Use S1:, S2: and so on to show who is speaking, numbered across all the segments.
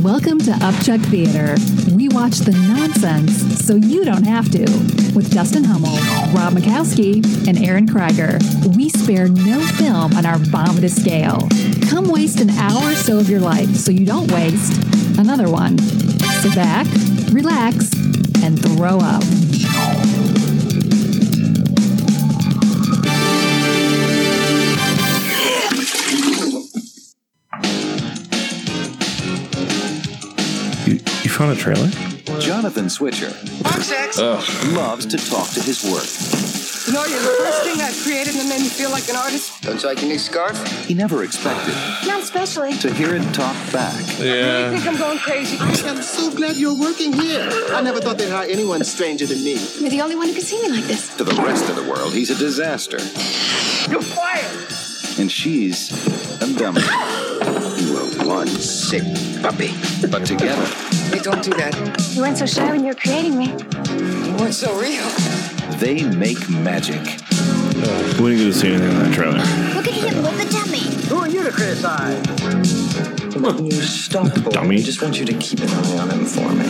S1: Welcome to Upchuck Theater. We watch the nonsense so you don't have to. With Justin Hummel, Rob Mikowski, and Aaron Krieger, we spare no film on our bomb to scale. Come waste an hour or so of your life so you don't waste another one. Sit back, relax, and throw up.
S2: You, you found a trailer?
S3: Jonathan Switcher
S4: Box X.
S3: loves to talk to his work.
S4: You know, you're the first thing I've created that made me feel like an artist. Don't you like your new scarf?
S3: He never expected
S4: Not especially.
S3: to hear it talk back.
S4: I
S2: Yeah.
S4: think I'm going crazy.
S5: I'm so glad you're working here. I never thought they'd hire anyone stranger than me.
S6: You're the only one who can see me like this.
S3: To the rest of the world, he's a disaster.
S4: You're fired.
S3: And she's a dummy. You are one sick puppy. But together,
S4: Hey, don't do that.
S6: You weren't so shy when you were creating me.
S4: You weren't so real.
S3: they make magic.
S2: We didn't get to see anything in that trailer.
S6: Look at him with the dummy.
S4: Who are you to criticize?
S7: New stockboard.
S2: Dummy.
S7: I just want you to keep an eye on him for me.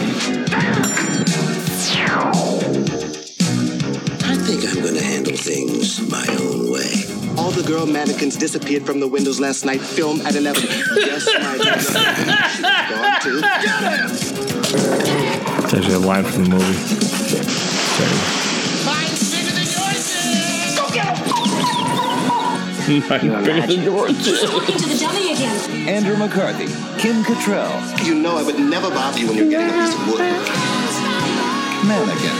S8: I think I'm gonna handle things my own way.
S5: All the girl mannequins disappeared from the windows last night. Film at 11. yes, my dear. Gone too.
S2: It's actually a line from the movie. Sorry. Mine's bigger than yours is. Go
S6: Into the dummy again.
S3: Andrew McCarthy, Kim Cattrall,
S5: You know I would never bother you when you're getting a piece of wood.
S3: Mannequin.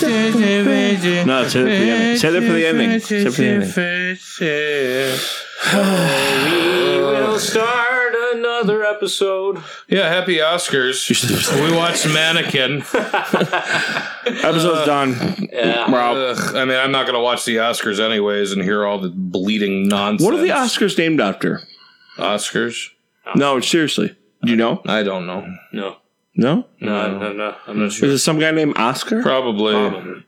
S2: get No, save it for the ending. Save it for the ending. Save it for the ending.
S9: We'll start another episode.
S10: Yeah, happy Oscars. we watched Mannequin.
S2: Episode's done. Rob.
S10: Ugh, I mean, I'm not going to watch the Oscars anyways and hear all the bleeding nonsense.
S2: What are the Oscars named after?
S10: Oscars?
S2: No, seriously. Do you know?
S10: I don't know.
S9: No,
S2: No?
S9: no, no, no. I'm not sure.
S2: Is it some guy named Oscar?
S10: Probably.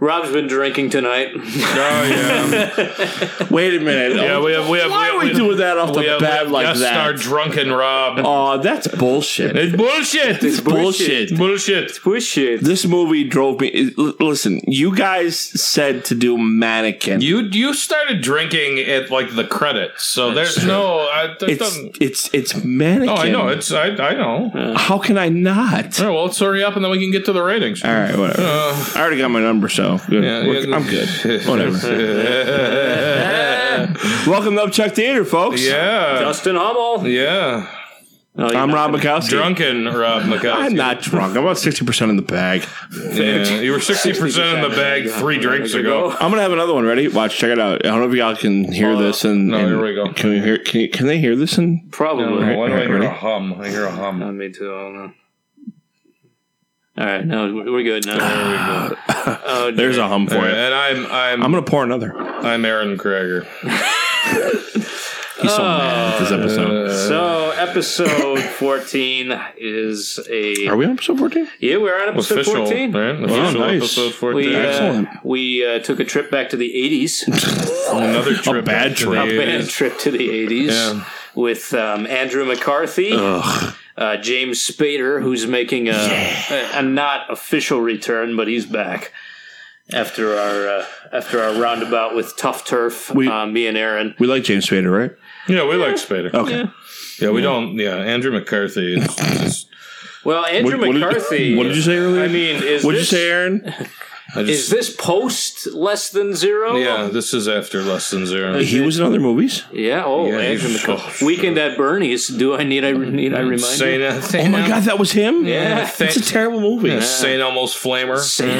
S9: Rob's been drinking tonight.
S10: Oh yeah.
S2: Wait a minute.
S10: yeah, we have we have
S2: Why
S10: we,
S2: are we doing that off the
S10: we have,
S2: bat
S10: we have
S2: like
S10: guest star
S2: that?
S10: drunken Rob.
S2: Oh, that's bullshit.
S10: It's bullshit.
S2: It's bullshit.
S10: bullshit.
S9: Push it.
S2: This movie drove me. it- l- Listen, you guys said to do mannequin.
S10: You you started drinking at like the credits, so there's no. I, there
S2: it's
S10: doesn't,
S2: it's it's mannequin.
S10: oh, I know. It's I I know.
S2: How can I not?
S10: All right, well, let's hurry up and then we can get to the ratings.
S2: All right, whatever.
S10: Uh,
S2: I already got my number, so good.
S10: Yeah,
S2: We're-
S10: yeah.
S2: I'm good. Whatever. Welcome to Upchuck Theater, folks.
S10: yeah.
S9: Dustin Hummel.
S10: Yeah.
S9: No, you're
S2: I'm
S9: not.
S2: Rob Mikowski.
S10: Drunken Rob McCoskey.
S2: I'm not drunk. I'm about sixty percent in the bag.
S10: Yeah, you were 60% in the bag three drinks ago.
S2: I'm gonna have another one ready. Watch, check it out. I don't know if y'all can hear this. And
S10: No,
S2: and
S10: here we go.
S2: Can we hear? Can, can they hear this? And
S9: Probably.
S10: Why do I hear
S2: Ready?
S10: a hum? I hear a
S9: Uh,
S10: hum.
S9: me too. I don't know. All right, no, we're we're good now. Oh,
S2: there's a hum for
S10: All right,
S2: it.
S10: And I'm I'm
S2: I'm
S10: I'm,
S2: gonna pour another.
S10: Aaron Krager.
S2: He's so mad
S10: Uh,
S2: at this episode.
S9: so episode fourteen is a
S2: Are we on episode fourteen?
S9: yeah we're on episode
S10: Official,
S9: fourteen.
S10: right? Official
S2: Oh, nice.
S10: episode 14.
S9: We uh,
S2: Excellent.
S9: we uh, took a trip back to the eighties.
S10: Another trip.
S2: bad
S10: into
S2: trip.
S10: the
S9: a band
S10: 80s.
S9: trip to the 80s
S10: Yeah.
S9: with um, Andrew McCarthy, uh, James Spader, who's making a, a, a not official return, but he's back. After our uh, after our roundabout with Tough Turf,
S2: We-
S9: uh, me and Aaron,
S2: We like James Spader, right?
S10: Yeah, we like Spader.
S2: Okay.
S10: Yeah, we don't. Yeah, Andrew McCarthy. Is, is,
S9: well, Andrew
S2: What- what did-
S9: McCarthy.
S2: what did you say earlier?
S9: I mean, is
S2: What'd
S9: this,
S2: you say, Aaron?
S10: I
S9: Is
S10: just,
S9: this post less than zero?
S10: yeah, this is after less than zero.
S2: He was in other movies.
S9: yeah. Oh,
S10: Yeah,
S9: Andrew
S10: he's-
S9: McCarthy. Weekend at Bernie's. Do I need I need I remind
S10: Say
S9: you?
S2: Oh
S10: nothing.
S2: my god, that was him.
S9: Yeah,
S2: it's a terrible movie.
S10: Saint almost flamer.
S9: Say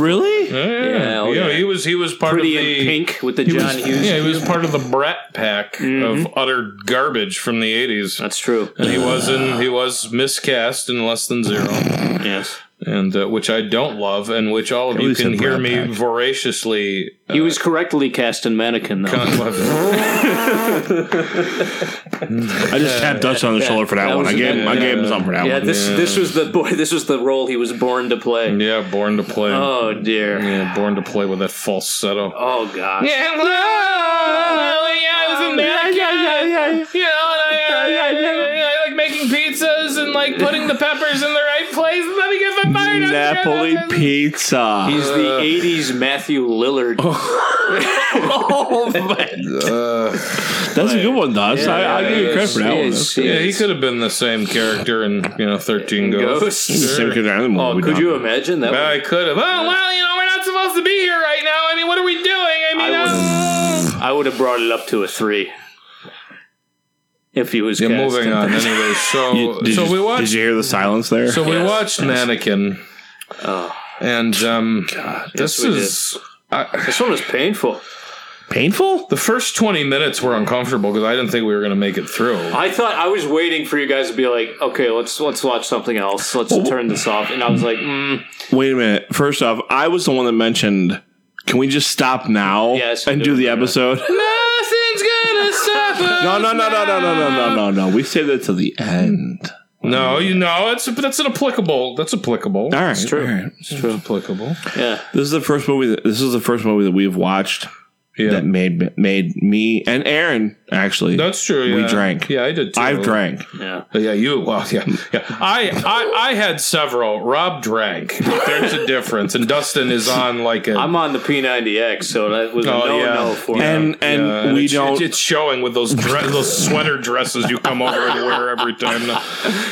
S2: Really?
S10: Yeah,
S9: Yeah, oh
S10: you know,
S9: yeah.
S10: he was he was part
S9: Pretty
S10: of
S9: in
S10: the
S9: pink with the
S10: He
S9: John
S10: was,
S9: Hughes.
S10: yeah, he was part of the Brat Pack of utter garbage from the eighties.
S9: That's true.
S10: And he was in, he was miscast in less than zero,
S9: Yes.
S10: and uh, which I don't love, and which all of you
S2: least
S10: can
S2: said
S10: hear
S2: Brat
S10: me
S2: Pack.
S10: voraciously. uh,
S9: He was correctly cast in Mannequin, though.
S2: I just tapped Dutch on the shoulder for that,
S9: That
S2: one.
S9: was
S2: I
S9: a
S2: gave
S9: good-
S2: him, I gave him something for that
S9: yeah,
S2: one.
S9: this this was the boy. This was the role he was born to play.
S10: yeah, born to play.
S9: Oh dear.
S10: Yeah, born to play with that falsetto.
S9: Oh god.
S10: Yeah, hello, I was a mannequin. You know, and I making pizzas and like putting the peppers in the right place. Let me get my fire
S2: Napoli pizza.
S9: He's the '80s Matthew Lillard.
S2: oh my! That's a good one, Dobbs. I, I give you credit for that one. though.
S10: Yeah, he could have been the same character in you know Thirteen Ghosts.
S9: Ghosts.
S2: Same kind of animal
S9: Oh,
S2: we
S9: could
S2: don't-
S9: you imagine that?
S10: I could have. Oh well, you know we're not supposed to be here right now. I mean, what are we doing? I mean, uh,
S9: I would have brought it up to a three if he was.
S10: yeah.
S9: cast
S10: Moving
S9: in
S10: on.
S9: that.
S10: Anyway,
S9: oh,
S10: so
S2: Did
S10: so
S2: you,
S10: we watched.
S2: Did you hear the silence there?
S10: So we
S9: Yes.
S10: watched Mannequin.
S2: Oh.
S10: And um, this
S9: we did.
S10: is I,
S9: This one was painful.
S2: Painful?
S10: the first twenty minutes were uncomfortable because I didn't think we were going to make it through.
S9: I thought I was waiting for you guys to be like, okay, let's let's watch something else. Let's turn this off. And I was like, mm,
S2: Wait a minute. First off, I was the one that mentioned. Can we just stop now
S9: Yes,
S2: and do
S9: do it
S2: the
S9: right now.
S2: episode?
S10: Nothing's gonna stop us.
S2: No, no, no, no, no, no, no, no, no, no. We saved that till the end.
S10: No, you know it's that's inapplicable. That's applicable.
S2: All right, all right.
S10: It's applicable.
S9: yeah,
S2: This is the first movie. That, this is the first movie that we've watched
S10: Yeah,
S2: that made made me and Aaron actually.
S10: that's true.
S2: We
S10: yeah.
S2: drank.
S10: Yeah, I did. Too. Oh,
S2: I've drank.
S9: yeah.
S10: Yeah, you. Well, yeah, yeah. I, I, I had several. Rob drank. There's a difference, and Dustin is on like a.
S9: I'm on the P90X, so that was a
S10: Oh,
S9: no
S10: yeah.
S9: no for me.
S2: And and
S10: Yeah,
S2: we
S10: it's,
S2: don't
S10: It's showing with those dre- those sweater dresses you come over and wear every time. now.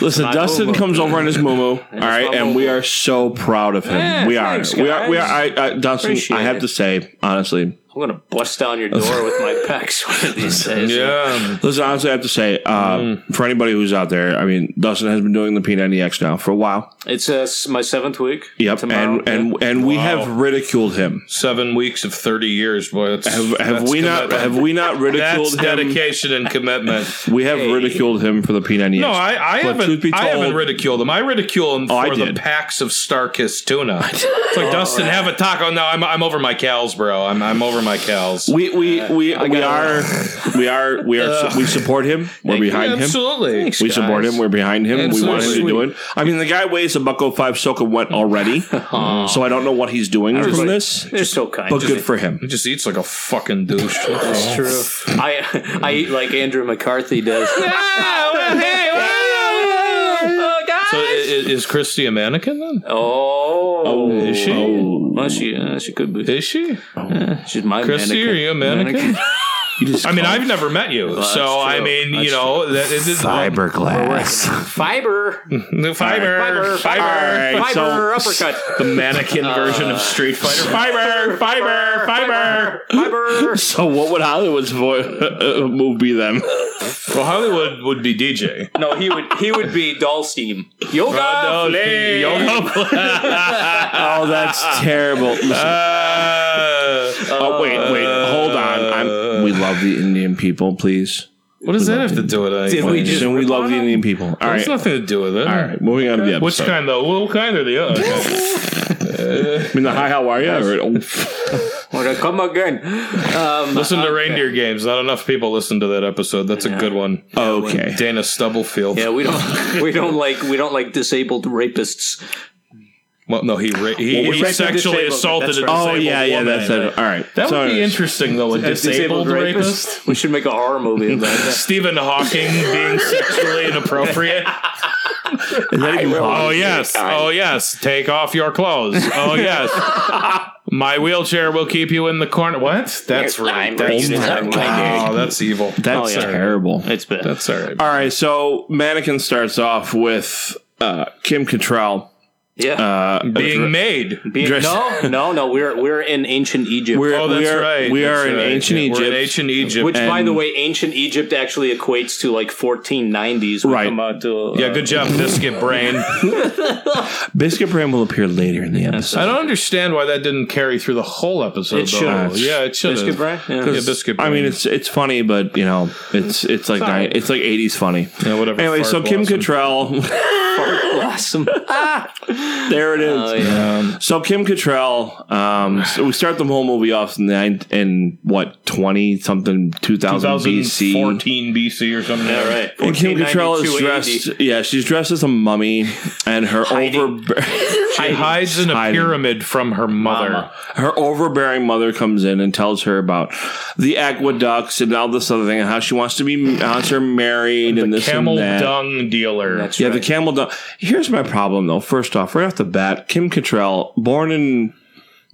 S2: listen. Dustin
S9: muumuu.
S2: comes over in his muumuu. all right,
S9: my
S2: and we
S9: muumuu.
S2: are so proud of him.
S9: Yeah,
S2: we, are,
S9: thanks,
S2: we are. We are. I, I, Dustin,
S9: Appreciate
S2: I have
S9: it.
S2: to say honestly.
S9: I'm gonna bust down your door with my pecs one of these days.
S10: Yeah,
S2: Listen, honestly, I have to say uh,
S10: Mm.
S2: for anybody who's out there, I mean, Dustin has been doing the P90X E now for a while.
S9: It's uh, s- my seventh week.
S2: Yep,
S9: tomorrow.
S2: and and and we
S10: Wow.
S2: have ridiculed him.
S10: seven weeks of thirty years, boy. That's,
S2: Have, have
S10: that's
S2: we not?
S10: commitment.
S2: Have we not ridiculed
S10: That's
S2: him?
S10: dedication and commitment.
S2: We have ridiculed him for the P90X.
S10: No, I, I
S2: But
S10: haven't.
S2: truth be
S10: I haven't
S2: told-
S10: ridiculed him. I ridicule him
S2: Oh, I
S10: for the
S2: did.
S10: packs of Starkist tuna. It's like Dustin, have a taco. No, I'm, I'm over my cows, bro. I'm, I'm over my cows.
S2: we we we, we, are, we are we are we support him. We're behind him.
S10: Absolutely.
S2: We support him. We're behind him.
S10: That's
S2: we
S10: so
S2: want him to do
S10: sweet.
S2: it. I mean, the guy weighs a buck oh five soaking wet already, so I don't know what he's doing from
S9: Everybody-
S2: this.
S9: They're so kind.
S2: But
S9: Just-
S2: good for him.
S10: He just eats like a fucking douche. Oh. That's true.
S9: I I eat like Andrew McCarthy does.
S10: Ah, So i- i- is Christy a mannequin then?
S9: Oh,
S10: Is she?
S9: Well, she uh, she could be.
S10: Is she?
S9: She's my
S10: Christy,
S9: mannequin.
S10: are you a mannequin?
S2: You just
S10: I mean, I've never met you,
S9: that's
S10: so I
S9: true.
S10: mean, you
S9: That's
S10: know, that it is
S2: fiberglass.
S9: Fiber.
S10: fiber,
S9: Fiber.
S10: fiber,
S2: All right, so-
S9: Fiber uppercut.
S10: the mannequin version of Street Fighter. Fiber, fiber, fiber.
S9: Fiber.
S2: So what would Hollywood's vo- uh, move be then?
S10: Well, Hollywood would be DJ.
S9: No, he would he would be doll steam. Yoga. flame.
S2: oh, that's terrible. Listen,
S10: Uh,
S2: oh, wait, wait, hold on. I'm, Uh, we love the Indian people, please.
S10: what does that have to do with it?
S9: Did we just-
S2: and we love the Indian people. All
S10: There's
S2: right, all
S10: nothing to do with it.
S2: right. Moving on to the episode.
S10: Which kind though? What kind are the other? Okay.
S2: I mean, the hi, how are you? Or, oh,
S9: Wanna come again? Um,
S10: Listen to Reindeer Games. Not enough people listen to that episode. That's a good one.
S2: okay.
S10: Dana Stubblefield.
S9: yeah, we don't we don't like we don't like disabled rapists.
S10: Well, no, he ra- he,
S2: Well,
S10: he
S2: we-
S10: sexually
S9: disabled,
S10: assaulted
S9: that's
S10: a
S9: right.
S10: disabled
S2: Oh yeah, yeah,
S10: woman.
S2: that's it. All right.
S10: That
S2: So-
S10: would be interesting though. A disabled, rapist.
S9: We should make a horror movie about
S2: Uh,
S9: that.
S10: Stephen Hawking being sexually inappropriate. oh yes, oh yes. Take off your clothes. Oh yes. My wheelchair will keep you in the corner. What? That's right. That's
S2: racist.
S10: right. Oh,
S2: I'm
S10: Wow, that's evil.
S2: That's
S10: all right.
S2: terrible.
S9: It's bad.
S10: That's all right.
S2: All right, so Mannequin starts off with uh, Kim Cattrall.
S9: yeah.
S2: Uh,
S10: Being made.
S9: Being-
S2: dress-
S9: no, no, no. We're we're in ancient Egypt.
S2: we're,
S10: Oh, that's
S2: we are,
S10: right.
S2: We
S10: That's
S2: are in
S10: right.
S2: ancient
S10: Yeah,
S2: Egypt.
S10: We're in ancient Egypt.
S9: which, by
S2: and-
S9: the way, ancient Egypt actually equates to like 1490s. We
S2: Right.
S9: Come out to, uh,
S10: yeah, good job, biscuit brain. I
S2: Biscuit Bram will appear later in the episode.
S10: don't understand why that didn't carry through the whole episode.
S9: It
S10: though.
S9: should've.
S10: Yeah, it should.
S9: Biscuit Brain? Yeah.
S10: Yeah. biscuit.
S2: I
S10: Brain.
S2: mean, it's it's funny, but you know, it's it's like
S10: Sorry.
S2: ni- it's like eighties funny.
S10: yeah, whatever.
S2: Anyway,
S10: Fart
S2: so Kim
S10: blossom.
S2: Cattrall, Ah!
S9: Awesome.
S2: there it is. Um,
S9: Oh, yeah.
S2: So Kim Cattrall, um, so we start the whole movie off in, nine, in what twenty something two thousand BC.
S10: 2014 BC or something.
S9: All right.
S2: And Kim Cattrall is
S9: 1492 AD.
S2: dressed. Yeah, she's dressed as a mummy, and her over.
S10: She hides in a
S2: hiding.
S10: pyramid from her mother.
S2: Her overbearing mother comes in and tells her about the aqueducts and all this other thing, and how she wants to be wants her married and this
S10: Camel
S2: and that.
S10: dung dealer. That's
S2: yeah, the camel dung. Here's my problem, though. First off, right off the bat, Kim Cattrall, born in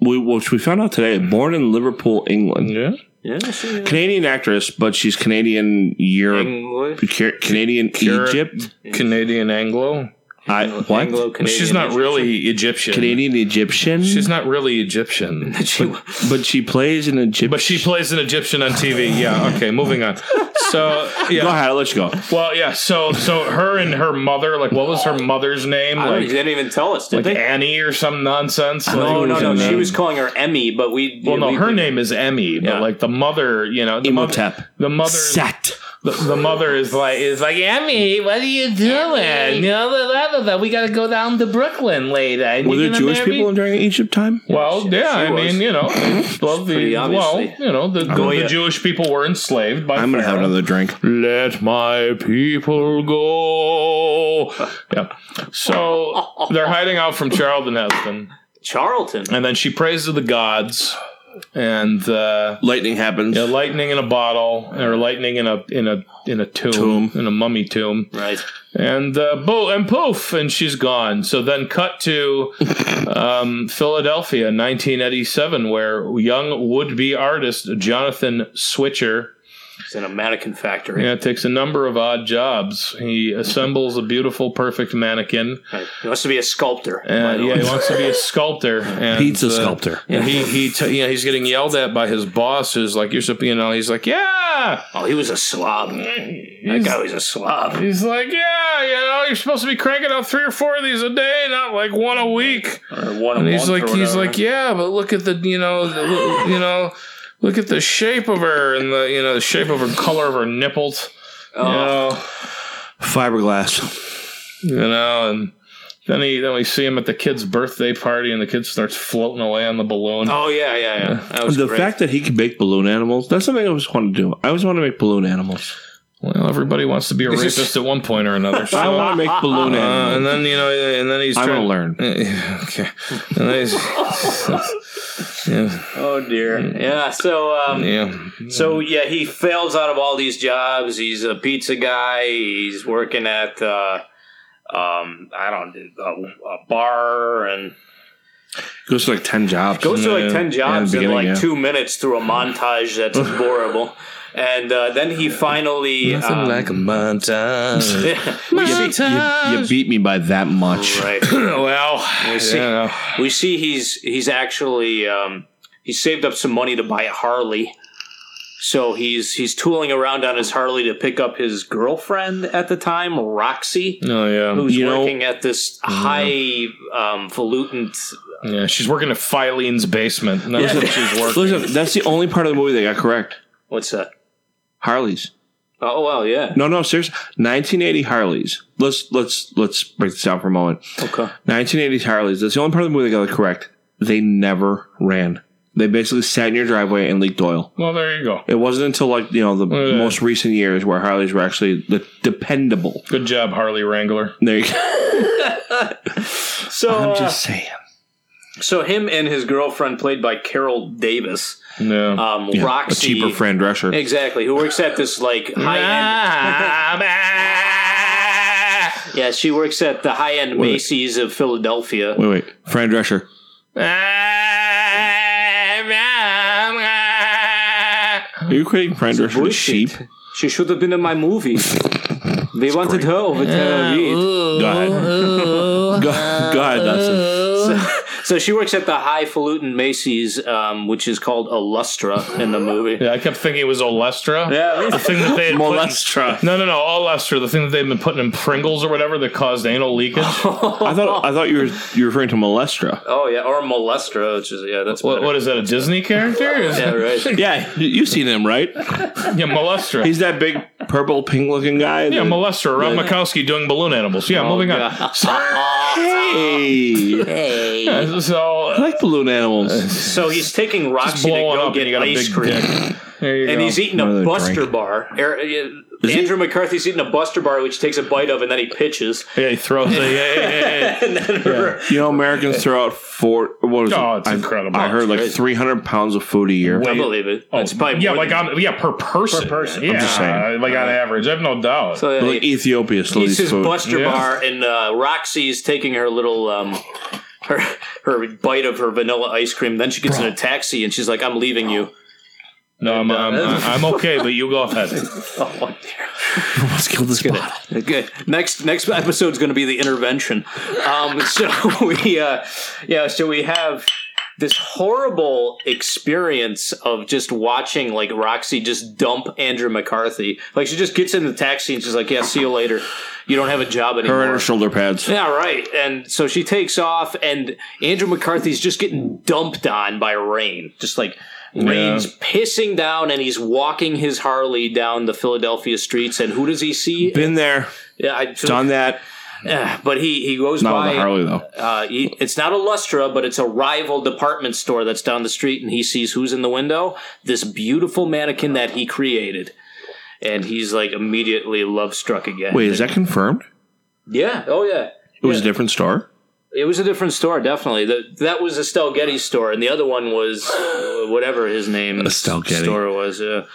S2: we- which we found out today, born in Liverpool, England.
S10: Yeah.
S9: Yeah, she,
S2: Canadian actress, but she's Canadian Europe,
S9: English.
S2: Ca- Canadian Egypt.
S10: Canadian Anglo.
S2: I what?
S9: Anglo-Canadian.
S10: She's not really Egyptian.
S2: Canadian Egyptian.
S10: She's not really Egyptian.
S9: She-
S2: but she plays an Egyptian.
S10: But she plays an Egyptian on TV. Yeah. Okay. Moving on. So yeah.
S2: Go ahead, let's go.
S10: Well, yeah. So so her and her mother. Like, what was her mother's name?
S9: I don't,
S10: Like,
S9: they didn't even tell us, did
S10: like
S9: they?
S10: Annie or some nonsense.
S9: No,
S10: Like,
S9: no, no.
S10: and
S9: She
S10: then-
S9: was calling her Emmy, but we.
S10: Well, no,
S9: we-
S10: her name is Emmy,
S9: Yeah.
S10: but like the mother, you know, the
S2: Imhotep.
S10: mother, the mother,
S2: Set.
S10: the, the mother is like is like Emmy, what are you doing? You know, blah, blah, blah, blah. we got to go down to Brooklyn later. And
S2: Were
S10: you're
S2: there
S10: gonna
S2: Jewish
S10: marry me?"
S2: people during Egypt time?
S10: Well, yeah, I mean, you know, well, the,
S9: pretty
S10: well,
S9: obviously.
S10: you know, the, the,
S9: Goya.
S10: the Jewish people were enslaved by.
S2: I'm gonna have
S10: Pharaoh.
S2: another drink.
S10: Let my people go. yeah. So they're hiding out from Charlton Heston,
S9: Charlton.
S10: and then she prays to the gods, and. uh
S2: Lightning happens.
S10: Yeah, lightning in a bottle, or lightning in a in a in a tomb,
S2: Tomb.
S10: in a mummy tomb,
S9: Right.
S10: and uh, boo and poof, and she's gone. So then cut to um, Philadelphia, 1987, where young would-be artist Jonathan Switcher
S9: It's in a mannequin factory.
S10: yeah, takes a number of odd jobs. He assembles a beautiful, perfect mannequin.
S9: Right. He wants to be a sculptor. by
S10: And,
S9: the
S10: yeah, he
S9: way.
S10: wants to be a sculptor. And,
S2: Pizza
S10: uh,
S2: sculptor.
S10: and he he t- yeah, he's getting yelled at by his boss, who's like, "You're supposed," you know. He's like, "Yeah."
S9: Oh, he was a slob. That guy was a slob.
S10: He's like, yeah, you know, you're supposed to be cranking out three or four of these a day, not like one a week.
S9: Or one
S10: And
S9: a
S10: he's
S9: month
S10: like,
S9: or
S10: he's
S9: whatever.
S10: like, yeah, but look at the, you know, the, li- you know, look at the shape of her and the, you know, the shape of her, color of her nipples, you
S9: Oh.
S10: know,
S2: Fiberglass.
S10: you know, and then he, then we see him at the kid's birthday party, and the kid starts floating away on the balloon.
S9: Oh yeah, yeah, yeah. That was
S2: The
S9: great.
S2: fact that he can make balloon animals, that's something I always wanted to do. I always want to make balloon animals.
S10: Well, everybody wants to be a
S9: This is-
S10: rapist at one point or another. So,
S2: I want to make balloon
S10: uh, and
S2: animals.
S10: then you know, and then he's
S2: I'm
S10: trying
S2: gonna learn.
S10: okay, and then he's, yeah.
S9: oh dear. Yeah. So, um,
S10: Mm. Yeah.
S9: so yeah, he fails out of all these jobs. He's a pizza guy. He's working at, uh, um, I don't, a, a bar and
S2: Goes to like ten jobs.
S9: goes to
S10: Yeah.
S9: like ten jobs
S2: Yeah,
S9: in
S2: beginning,
S9: like
S2: yeah.
S9: two minutes through a montage that's horrible. And uh, then he finally um,
S10: a montage.
S9: we
S2: You,
S9: see,
S2: you- you beat me by that much.
S9: right.
S10: well,
S9: We see, we see he's he's actually um, he saved up some money to buy a Harley. So he's he's tooling around on his Harley to pick up his girlfriend at the time, Roxy,
S10: oh
S9: who's
S2: You know- uh,
S9: working at this high um, falutant.
S10: yeah, yeah. She's working at Filene's basement. and That's what she's working.
S2: Listen, that's the only part of the movie they got correct.
S9: What's that?
S2: Harleys.
S9: Oh well, yeah.
S2: No, no, seriously. 1980 Harleys. Let's let's let's break this down for a moment.
S9: Okay.
S2: 1980s Harleys. That's the only part of the movie they got it correct. They never ran. They basically sat in your driveway and leaked oil.
S10: Well, there you go.
S2: It wasn't until like you know the
S10: Yeah.
S2: most recent years where Harleys were actually the dependable.
S10: Good job, Harley Wrangler.
S2: There you go.
S9: So
S2: I'm
S9: uh,
S2: just saying.
S9: so him and his girlfriend, played by Carol Davis,
S10: No.
S9: um,
S2: A
S9: Roxy,
S2: cheaper Fran Drescher.
S9: exactly, who works at this like high end.
S10: Ah,
S9: Yeah, she works at the high end Macy's of Philadelphia.
S2: Wait, wait. Fran Drescher. Are you creating Fran Drescher to sheep?
S9: Bullshit. She should have been in my movie. they wanted her over Tel Aviv.
S2: Go ahead. go, go ahead, Dustin.
S9: So she works at the highfalutin Macy's, um, which is called Illustra in the movie.
S10: yeah, I kept thinking it was Olestra. The thing that they had put in-
S2: Molestra.
S10: No, no, no. Olestra, the thing that they've been putting in Pringles or whatever that caused anal leakage.
S2: I thought I thought you were you were referring to Molestra.
S9: Oh yeah, or Molestra, which is yeah, that's
S10: What,
S9: better.
S10: what is that? A Disney character? Is-
S9: yeah, right.
S2: Yeah, you- you've seen him, right?
S10: yeah, Molestra.
S2: He's that big purple pink looking guy.
S10: Yeah,
S2: that-
S10: molester. Rob Mikowski doing balloon animals.
S9: Oh,
S10: Yeah, moving on.
S2: Hey,
S10: So,
S2: I like balloon animals.
S9: So he's taking Roxy to
S10: blowing
S9: go
S10: up and
S9: get
S10: you got a
S9: ice
S10: big
S9: cream.
S10: dick. There you
S9: and
S10: go.
S9: he's eating
S2: Another
S9: a Buster
S2: drink.
S9: bar. Er- uh, Andrew McCarthy's eating a Buster bar, which takes a bite of, and then he pitches.
S10: Yeah, he throws it. Yeah, yeah, yeah,
S9: and then
S2: You know, Americans throw out four. What is
S10: Oh,
S2: it?
S10: it's
S2: I-
S10: incredible.
S2: I heard like
S9: It's crazy.
S2: 300 pounds of food a year.
S9: I
S10: Wait.
S9: believe it. It's probably
S10: Oh, yeah,
S9: more
S10: like
S9: than-
S10: on yeah per person. Per person. Yeah,
S2: just saying.
S10: like on average, I have no doubt.
S9: so, uh,
S2: Like Ethiopia still
S9: He's
S2: eats
S9: his
S2: food.
S9: Buster
S10: Yeah.
S9: bar, and uh, Roxy's taking her little um, her her bite of her vanilla ice cream. Then she gets in a taxi, and she's like, "I'm leaving you."
S10: no, I'm, I'm, I'm okay, but you go ahead.
S9: Oh
S2: Let's kill this bottle.
S9: dear. Okay. Next next episode's going to be the intervention. Um, so we uh, yeah, so we have this horrible experience of just watching like Roxy just dump Andrew McCarthy. Like she just gets in the taxi and she's like, "Yeah, see you later. You don't have a job anymore."
S2: Her and her shoulder pads.
S9: Yeah, right. And so she takes off, and Andrew McCarthy's just getting dumped on by rain. Just like rain's pissing down, and he's walking his Harley down the Philadelphia streets. And who does he see?
S2: Been there,
S9: yeah, I just,
S2: done that.
S9: But he he goes
S2: Not
S9: by.
S2: with a Harley though.
S9: Uh, he, it's not a Lustra, but it's a rival department store that's down the street, and he sees who's in the window. This beautiful mannequin that he created. And he's like immediately love struck again.
S2: Wait, is that confirmed?
S9: Yeah. Oh, yeah.
S2: It was a different store.
S9: It was a different store, definitely. That that was Estelle Getty's store, and the other one was uh, whatever his name
S2: Estelle Getty.
S9: store was. Uh,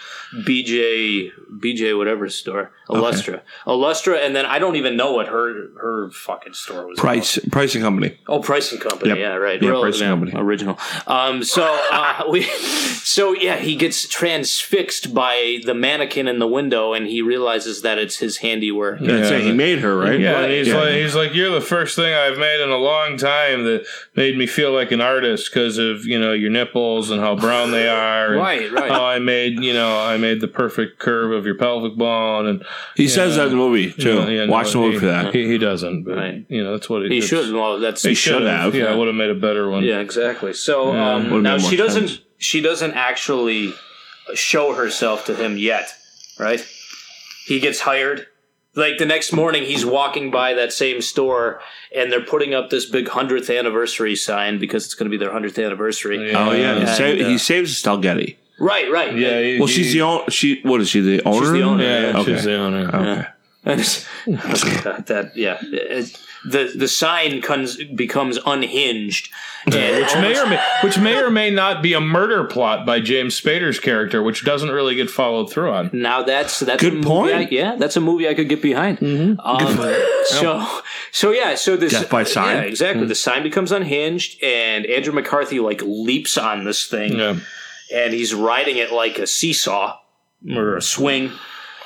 S9: BJ BJ whatever store. Illustra. Illustra, and then I don't even know what her her fucking store was.
S2: Price pricing company.
S9: Oh, pricing company.
S2: Yep.
S9: Yeah, right.
S2: Yeah,
S9: Real-
S2: Pricing
S9: yeah,
S2: Company.
S9: Original. Um, so uh, we, so yeah, he gets transfixed by the mannequin in the window, and he realizes that it's his handiwork.
S2: That's
S10: Yeah.
S2: it. He made her right.
S10: Yeah, and he's
S2: Yeah.
S10: like, he's like, you're the first thing I've made in a long time that made me feel like an artist because of you know your nipples and how brown they are, and
S9: Right, right.
S10: How I made you know I made the perfect curve of your pelvic bone, and
S2: He says that in the movie too.
S10: Yeah, yeah,
S2: Watch
S10: no,
S2: the movie
S10: he,
S2: for that.
S10: He, he doesn't, but
S9: Right.
S10: you know that's what
S9: He
S10: that's-
S9: should. Well, that's
S10: He should have. Yeah, I would have made a better one.
S9: Yeah, exactly. So
S10: Yeah.
S9: um,
S2: Would've
S9: now
S2: made more
S9: she doesn't
S2: sense.
S9: she doesn't actually show herself to him yet, right? He gets hired. Like the next morning, he's walking by that same store, and they're putting up this big hundredth anniversary sign because it's going to be their hundredth anniversary.
S10: Yeah.
S2: Oh yeah, he,
S9: Yeah,
S2: sa-
S9: and, uh,
S2: he saves Estelle Getty.
S9: Right, right.
S10: Yeah, he-
S2: Well,
S10: he-
S2: she's the owner. She what is she? The owner.
S9: the owner,
S10: Yeah,
S2: Okay. Oh.
S10: she's the owner.
S2: Okay.
S9: And it's- God, that yeah, It- the the sign comes becomes unhinged, and
S10: Which may or may, which may or may not be a murder plot by James Spader's character, which doesn't really get followed through on.
S9: Now that's that's
S2: Good
S9: a movie
S2: point. Mm-hmm.
S9: I- yeah, that's a movie I could get behind. Um, so so yeah, so this
S2: Death by sign? Mm.
S9: Yeah, exactly. The sign becomes unhinged, and Andrew McCarthy like leaps on this thing,
S10: Yeah.
S9: and he's riding it like a seesaw or a swing.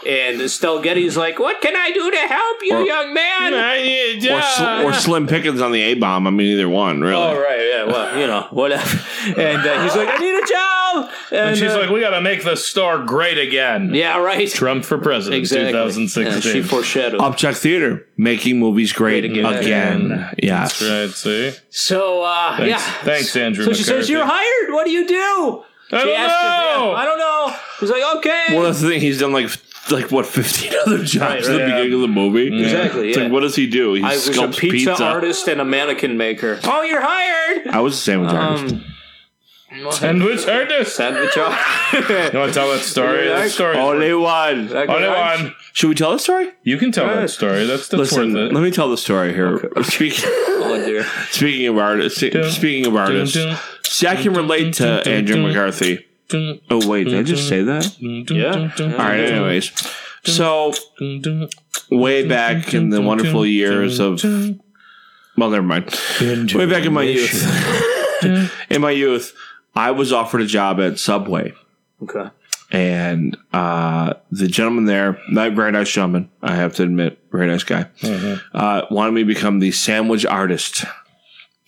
S9: And Estelle Getty's like, "What can I do to help you,
S2: Or-
S9: young man?"
S2: Or, sl- or Slim Pickens on the A bomb. I mean, either one, really.
S9: Oh right, yeah, well, you know, whatever. And uh, he's like, "I need a job," and,
S10: And she's
S9: uh,
S10: like, we got to make the store great again.
S9: "Yeah, right,
S10: Trump for president
S9: exactly." Yeah,
S10: 2016.
S9: she foreshadowed.
S10: Um,
S2: Upchuck Theater making movies great
S9: Great again.
S2: again. Yes.
S10: Right, see?
S9: So uh,
S10: Thanks-
S9: yeah,
S10: thanks, Andrew
S9: So she says
S10: McCarthy.
S9: you're hired. What do you do?
S10: I
S9: She
S10: don't
S9: asked him,
S10: know!
S9: "Yeah, I don't know. He's like, okay.
S2: Well, that's the thing. He's done like f- like what fifteen other jobs
S9: Right,
S2: at the
S9: right.
S2: beginning of the movie.
S9: Exactly,
S2: It's
S9: yeah.
S2: like what does he do? He
S9: I was a
S2: sculpts
S9: pizza, artist and a mannequin maker. Oh, you're hired.
S2: I was a sandwich artist.
S9: Um,
S10: Sandwich artist.
S9: sandwich artist.
S10: You want to tell that story?
S9: Yeah,
S10: That
S9: I-
S10: story.
S2: Only one.
S10: Only one.
S2: Should we tell the story?
S10: Oh, You can tell that story. That's, that's
S2: Listen,
S10: worth it.
S2: let me tell the story here. Speaking,
S9: Oh dear.
S2: speaking of artists,
S10: Dun,
S2: speaking of
S10: Dun,
S2: artists,
S10: dun,
S2: see, I can relate to Andrew McCarthy.
S10: dun,
S2: Oh wait, did I just say that?
S10: dun, dun,
S9: Yeah.
S10: dun, Mm-hmm. dun,
S2: All right. Anyways, so
S10: dun, dun,
S2: way back in the
S10: dun,
S2: wonderful
S10: dun,
S2: years
S10: dun,
S2: of
S10: dun.
S2: well, never mind. Way back in my youth, in my youth, I was offered a job at Subway.
S9: Okay.
S2: and uh, the gentleman there, not very nice gentleman, I have to admit, very nice guy,
S10: Mm-hmm.
S2: uh, wanted me to become the sandwich artist.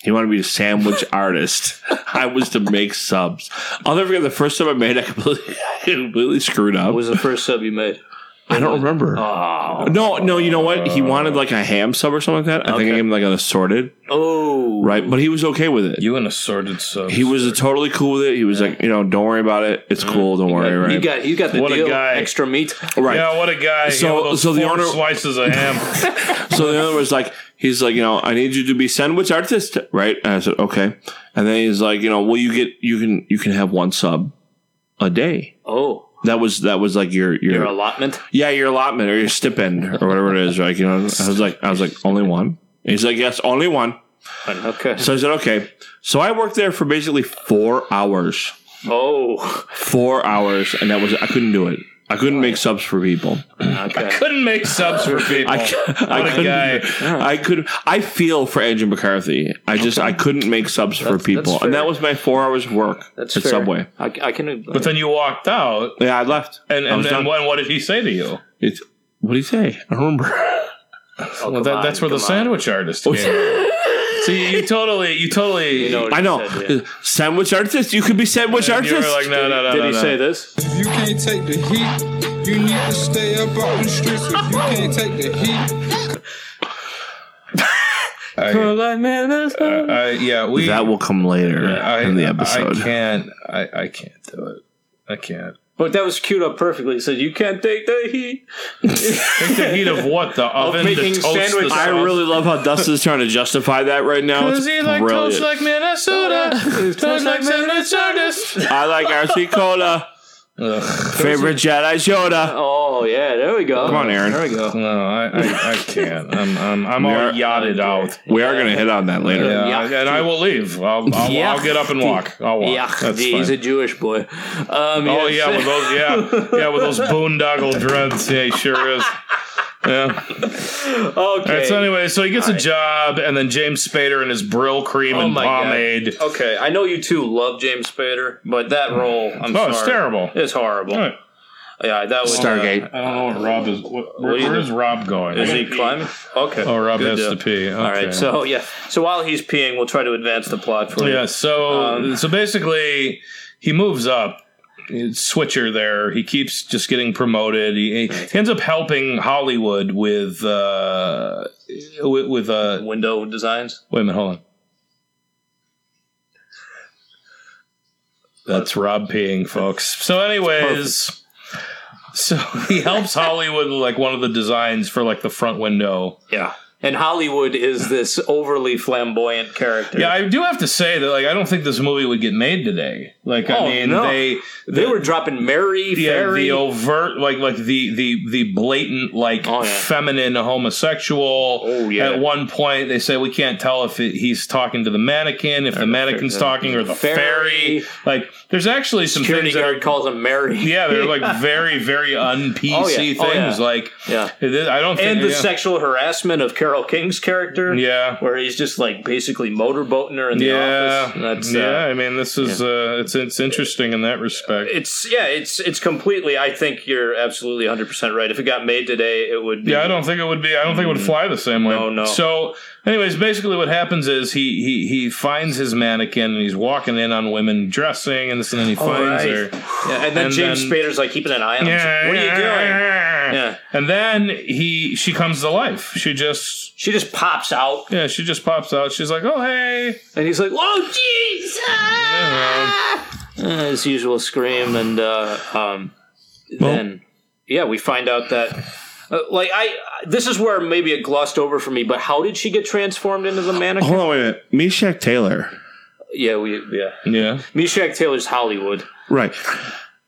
S2: He wanted me to sandwich artist. I was to make subs. I'll never forget the first time I made. I completely, I completely screwed up.
S9: What was the first sub you made?
S2: I don't remember.
S9: Oh.
S2: no, no. You know what? He wanted like a ham sub or something like that. I think I
S9: Okay.
S2: gave him like an assorted,
S9: Oh.
S2: right? But he was okay with it.
S10: You and assorted subs.
S2: he was totally cool with it. He was like, you know, don't worry about it. It's cool. Don't worry. Right?
S9: You got you got the
S10: What a
S9: deal.
S10: guy.
S9: Extra meat.
S2: right.
S10: Yeah, what a guy.
S2: So-
S10: So, those
S2: so the
S10: the
S2: owner-
S10: slices of ham.
S2: So the other was like, he's like, you know, I need you to be sandwich artist, right? And I said, okay. And then he's like, you know, well, you get, you can, you can have one sub a day.
S9: Oh,
S2: That was that was like your your,
S9: your allotment?
S2: yeah your allotment or your stipend or whatever it is. Like you know, I was like I was like only one. And he's like yes, only one.
S9: Okay.
S2: So I said okay. So I worked there for basically four hours,
S9: Oh,
S2: four hours, and that was I couldn't do it. I couldn't make subs for people.
S9: okay.
S10: Couldn't make subs for people.
S2: I,
S10: I,
S2: I
S10: What a
S2: couldn't.
S10: guy.
S2: I could. I feel for Andrew McCarthy. I just I couldn't make subs for
S9: That's-
S2: people,
S9: that's
S2: and
S9: fair.
S2: that was my four hours of work
S9: That's
S2: at
S9: fair.
S2: Subway.
S9: I, I can.
S10: but then you walked out,
S2: Yeah, I left.
S10: and
S2: I
S10: and,
S2: was
S10: then
S2: done.
S10: what, what did he say to you?
S2: It's, what do you say? I don't remember.
S9: oh,
S10: Well,
S9: come
S10: that,
S9: on,
S10: that's where the
S9: come on.
S10: sandwich artist came. in. so you, you totally, you totally,
S9: You know what
S2: I
S9: Oh, he
S2: know.
S9: said, yeah.
S2: Sandwich artist. You could be sandwich
S10: and you
S2: artist.
S10: were like, no, no, no,
S9: Did
S10: no,
S9: he
S10: no.
S9: say this?
S11: You can't take the heat. You need to stay up on the streets. If you can't take the heat. I,
S10: uh,
S11: I, yeah, we.
S2: that will come later
S11: I,
S2: in the episode.
S11: I can't. I, I can't do it. I can't.
S9: But that was queued up perfectly. He said, "You can't take the heat."
S10: Take the heat of what the oven
S9: making
S10: to toast
S9: sandwich-
S10: the
S2: I
S10: sauce?
S2: really love how Dustin's trying to justify that right now. It's
S10: Does he like toast
S2: brilliant.
S10: like Minnesota? toast like sandwich artist.
S2: I like RC Cola.
S10: Ugh.
S2: Favorite Jedi Yoda.
S9: Oh yeah, there we go.
S2: Come on, Aaron.
S9: There we go.
S10: No, I, I, I can't. I'm, I'm, I'm
S2: We
S10: all
S2: are-
S10: yachted out.
S2: We are going to hit on that later.
S10: Yeah,
S9: Yuck.
S10: and I will leave. I'll, I'll, I'll get up and walk. I'll walk.
S9: Yeah,
S10: That's
S9: he's
S10: fine.
S9: a Jewish boy. Um,
S10: Oh
S9: yes.
S10: yeah, with those yeah, yeah, with those boondoggle dreads. Yeah, he sure is. Yeah.
S9: Okay.
S10: All right. So anyway, so he gets a job, and then James Spader and his Brill cream
S9: Oh
S10: and
S9: my God.
S10: pomade.
S9: Okay, I know you two love James Spader, but that role, I'm
S10: Oh,
S9: sorry,
S10: it's terrible.
S9: It's horrible.
S10: All right.
S9: Yeah, that was uh,
S2: Stargate.
S10: I don't know what Rob is. What, where,
S9: What do you
S10: where
S9: do?
S10: is Rob going?
S9: Is he climbing? Okay.
S10: Oh, Rob
S9: Good
S10: has
S9: deal.
S10: to pee. Okay.
S9: All right. So yeah. So while he's peeing, we'll try to advance the plot for you.
S10: Oh, yeah. So
S9: Um,
S10: so basically, he moves up. It's Switcher there. He keeps just getting promoted. He, he ends up helping Hollywood with uh with, with uh
S9: Window designs.
S10: Wait a minute, hold on. That's Rob peeing, folks. So, anyways, so he helps Hollywood with like one of the designs for like the front window.
S9: Yeah. And Hollywood is this overly flamboyant character.
S10: Yeah, I do have to say that like I don't think this movie would get made today. Like I
S9: Oh,
S10: mean,
S9: no.
S10: they
S9: they were dropping Mary,
S10: yeah,
S9: Fairy.
S10: the overt like like the the the blatant like
S9: Oh, yeah.
S10: feminine homosexual
S9: Oh, yeah.
S10: at one point they say we can't tell if it, he's talking to the mannequin if the mannequin's talking or the fairy.
S9: Fairy.
S10: like there's actually some
S9: security
S10: things that
S9: guard
S10: are
S9: calls him Mary.
S10: yeah they're like very very un PC
S9: Oh, yeah.
S10: things
S9: Oh, yeah.
S10: like
S9: Yeah.
S10: it is- I don't think
S9: And the
S10: yeah.
S9: sexual harassment of Carol King's character.
S10: Yeah.
S9: Where he's just like basically motorboating her in the
S10: yeah,
S9: office. That's
S10: yeah.
S9: uh,
S10: I mean, this is uh, it's it's interesting in that respect.
S9: it's yeah, it's it's completely I think you're absolutely 100% right. If it got made today, it would be
S10: Yeah, I don't think it would be. I don't think it would fly the same way.
S9: Hmm. No, no.
S10: So, anyways, basically, what happens is he he he finds his mannequin and he's walking in on women dressing and this, and then he finds
S9: right.
S10: her.
S9: Yeah, and then
S10: And
S9: James
S10: then-
S9: Spader's like keeping an eye on him.
S10: Yeah,
S9: what are you doing? Yeah.
S10: And then he she comes to life. She just
S9: She just pops out
S10: yeah she just pops out. She's like, oh hey,
S9: and he's like, "Whoa, jeez!" ah!" Uh, his usual scream, and uh, um, then yeah, we find out that uh, like I this is where maybe it glossed over for me. But how did she get transformed into the mannequin?
S2: Hold on, wait a minute. Meshack Taylor.
S9: Yeah, we yeah.
S10: yeah.
S9: Meshack Taylor's Hollywood.
S2: Right.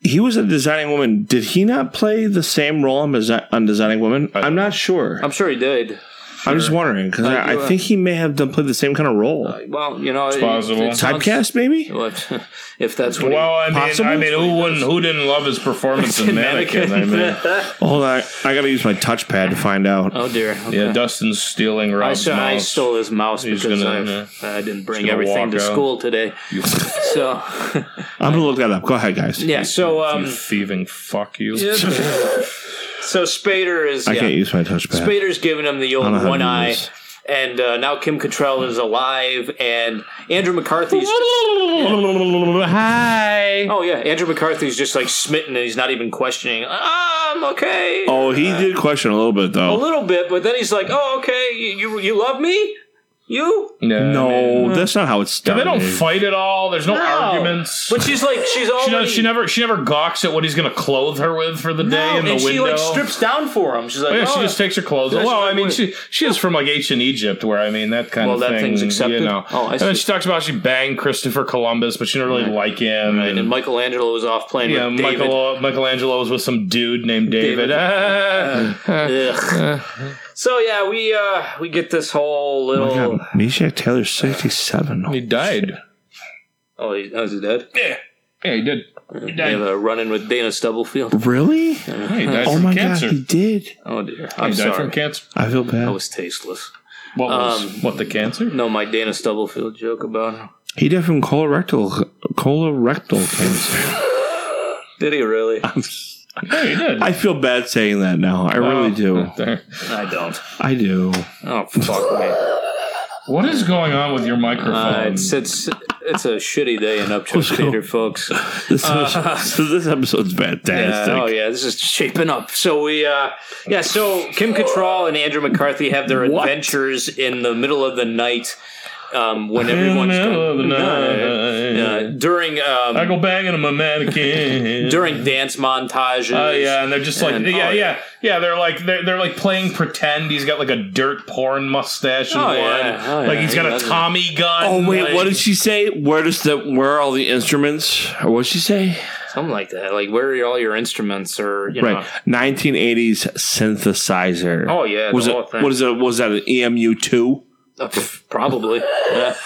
S2: He was a designing woman. Did he not play the same role on, desi- on designing woman? I'm not sure.
S9: I'm sure he did.
S2: I'm just wondering because I, I think he may have done played the same kind of role.
S9: Well, you know, it's
S10: possible.
S2: Typecast, maybe.
S9: What if that's what?
S10: Well, I mean, I
S2: Possible?
S10: mean, who wouldn't? Who didn't love his performance in Mannequin? I mean,
S2: Hold on, I gotta use my touchpad to find out.
S9: he, oh dear. Okay.
S10: yeah, Dustin's stealing
S9: I,
S10: Rob's
S9: saw, I
S10: mouse.
S9: stole his mouse
S10: He's
S9: because
S10: gonna,
S9: I, I didn't bring
S10: gonna
S9: everything to
S10: walk out.
S9: school today. so
S2: I'm gonna look that up. Go ahead, guys.
S9: yeah, so
S10: you
S9: um,
S10: thieving fuck you.
S9: So Spader is
S2: I
S9: yeah.
S2: can't use my touchpad.
S9: Spader's giving him the old
S2: know how to
S9: one
S2: do
S9: eye,
S2: this.
S9: and uh, now Kim Cattrall is alive, and Andrew McCarthy's.
S10: Hi.
S9: Oh yeah, Andrew McCarthy's just like smitten, and he's not even questioning. Ah, I'm okay.
S2: Oh, he did question a little bit
S9: A
S2: though.
S9: little bit, but then he's like, "Oh, okay, you you, you love me? You?
S10: No,
S2: no, that's not how it's
S10: Yeah,
S2: done.
S10: they don't fight at all. There's no,
S9: No.
S10: arguments.
S9: But she's like, she's
S10: She,
S9: already.
S10: does, she never she never gawks at what he's going to clothe her with for the day
S9: No,
S10: in the
S9: and
S10: window.
S9: she like strips down for him. She's like,
S10: Oh, yeah, she
S9: "Oh,
S10: just takes her clothes.
S9: That's
S10: Well,
S9: what
S10: I
S9: I
S10: mean,
S9: would-
S10: she she is from like ancient Egypt, where I mean that kind
S9: Well,
S10: of
S9: that
S10: thing,
S9: thing's accepted?
S10: You know.
S9: Oh, I
S10: and then
S9: see.
S10: she talks about she banged Christopher Columbus, but she didn't really like him.
S9: Right, and Michelangelo was off playing
S10: yeah,
S9: with David.
S10: Michael, Michelangelo was with some dude named David.
S9: David.
S10: Ah.
S9: So yeah, we uh we get this whole little.
S2: Oh
S9: Oh,
S2: my God, Meshack Taylor's sixty-seven.
S10: he died.
S9: he, oh, is he dead?
S10: Yeah, yeah, he did. He
S9: They
S10: died.
S9: have a run in with Dana Stubblefield.
S2: Really?
S10: Yeah, he died
S2: oh
S10: from
S2: my
S10: cancer.
S2: god, he did.
S9: Oh dear,
S10: he
S9: I'm
S10: died
S9: sorry.
S10: from cancer.
S2: I feel bad.
S9: That was tasteless.
S10: What was
S9: Um,
S10: what the cancer?
S9: No, my Dana Stubblefield joke about him.
S2: he died from colorectal colorectal cancer.
S9: Did he really?
S10: Yeah, he did.
S2: I feel bad saying that now. I really do.
S10: There.
S9: I don't.
S2: I do.
S9: Oh fuck me!
S10: What is going on with your microphone?
S9: Uh, it's it's it's a shitty day in Upchurch Theater, folks.
S2: This is- so this episode's
S9: Yeah,
S2: fantastic.
S9: oh Uh, yeah, this is shaping up. So we, uh, yeah. So Kim Cattrall and Andrew McCarthy have their adventures in the middle of the night. Um, when everyone's
S10: middle of the
S9: Uh,
S10: night.
S9: during
S10: I
S9: um,
S10: go banging on my mannequin
S9: during dance montages.
S10: Oh yeah, and they're just like
S9: And-
S10: yeah,
S9: oh,
S10: yeah, yeah. They're like they're, they're like playing pretend. He's got like a dirt porn mustache and
S9: Oh,
S10: one.
S9: yeah. Oh,
S10: like
S9: yeah.
S10: he's got
S9: He
S10: a
S9: does it.
S10: Tommy gun.
S2: Oh wait,
S10: like-
S2: what did she say? Where does the where are all the instruments? Or what did she say?
S9: something like that. Like where are all your instruments or you know?
S2: Right, 1980s synthesizer.
S9: Oh, yeah, the
S2: was it?
S9: whole thing.
S2: What is it? Was that an EMU two?
S9: Uh, pff, probably. Yeah.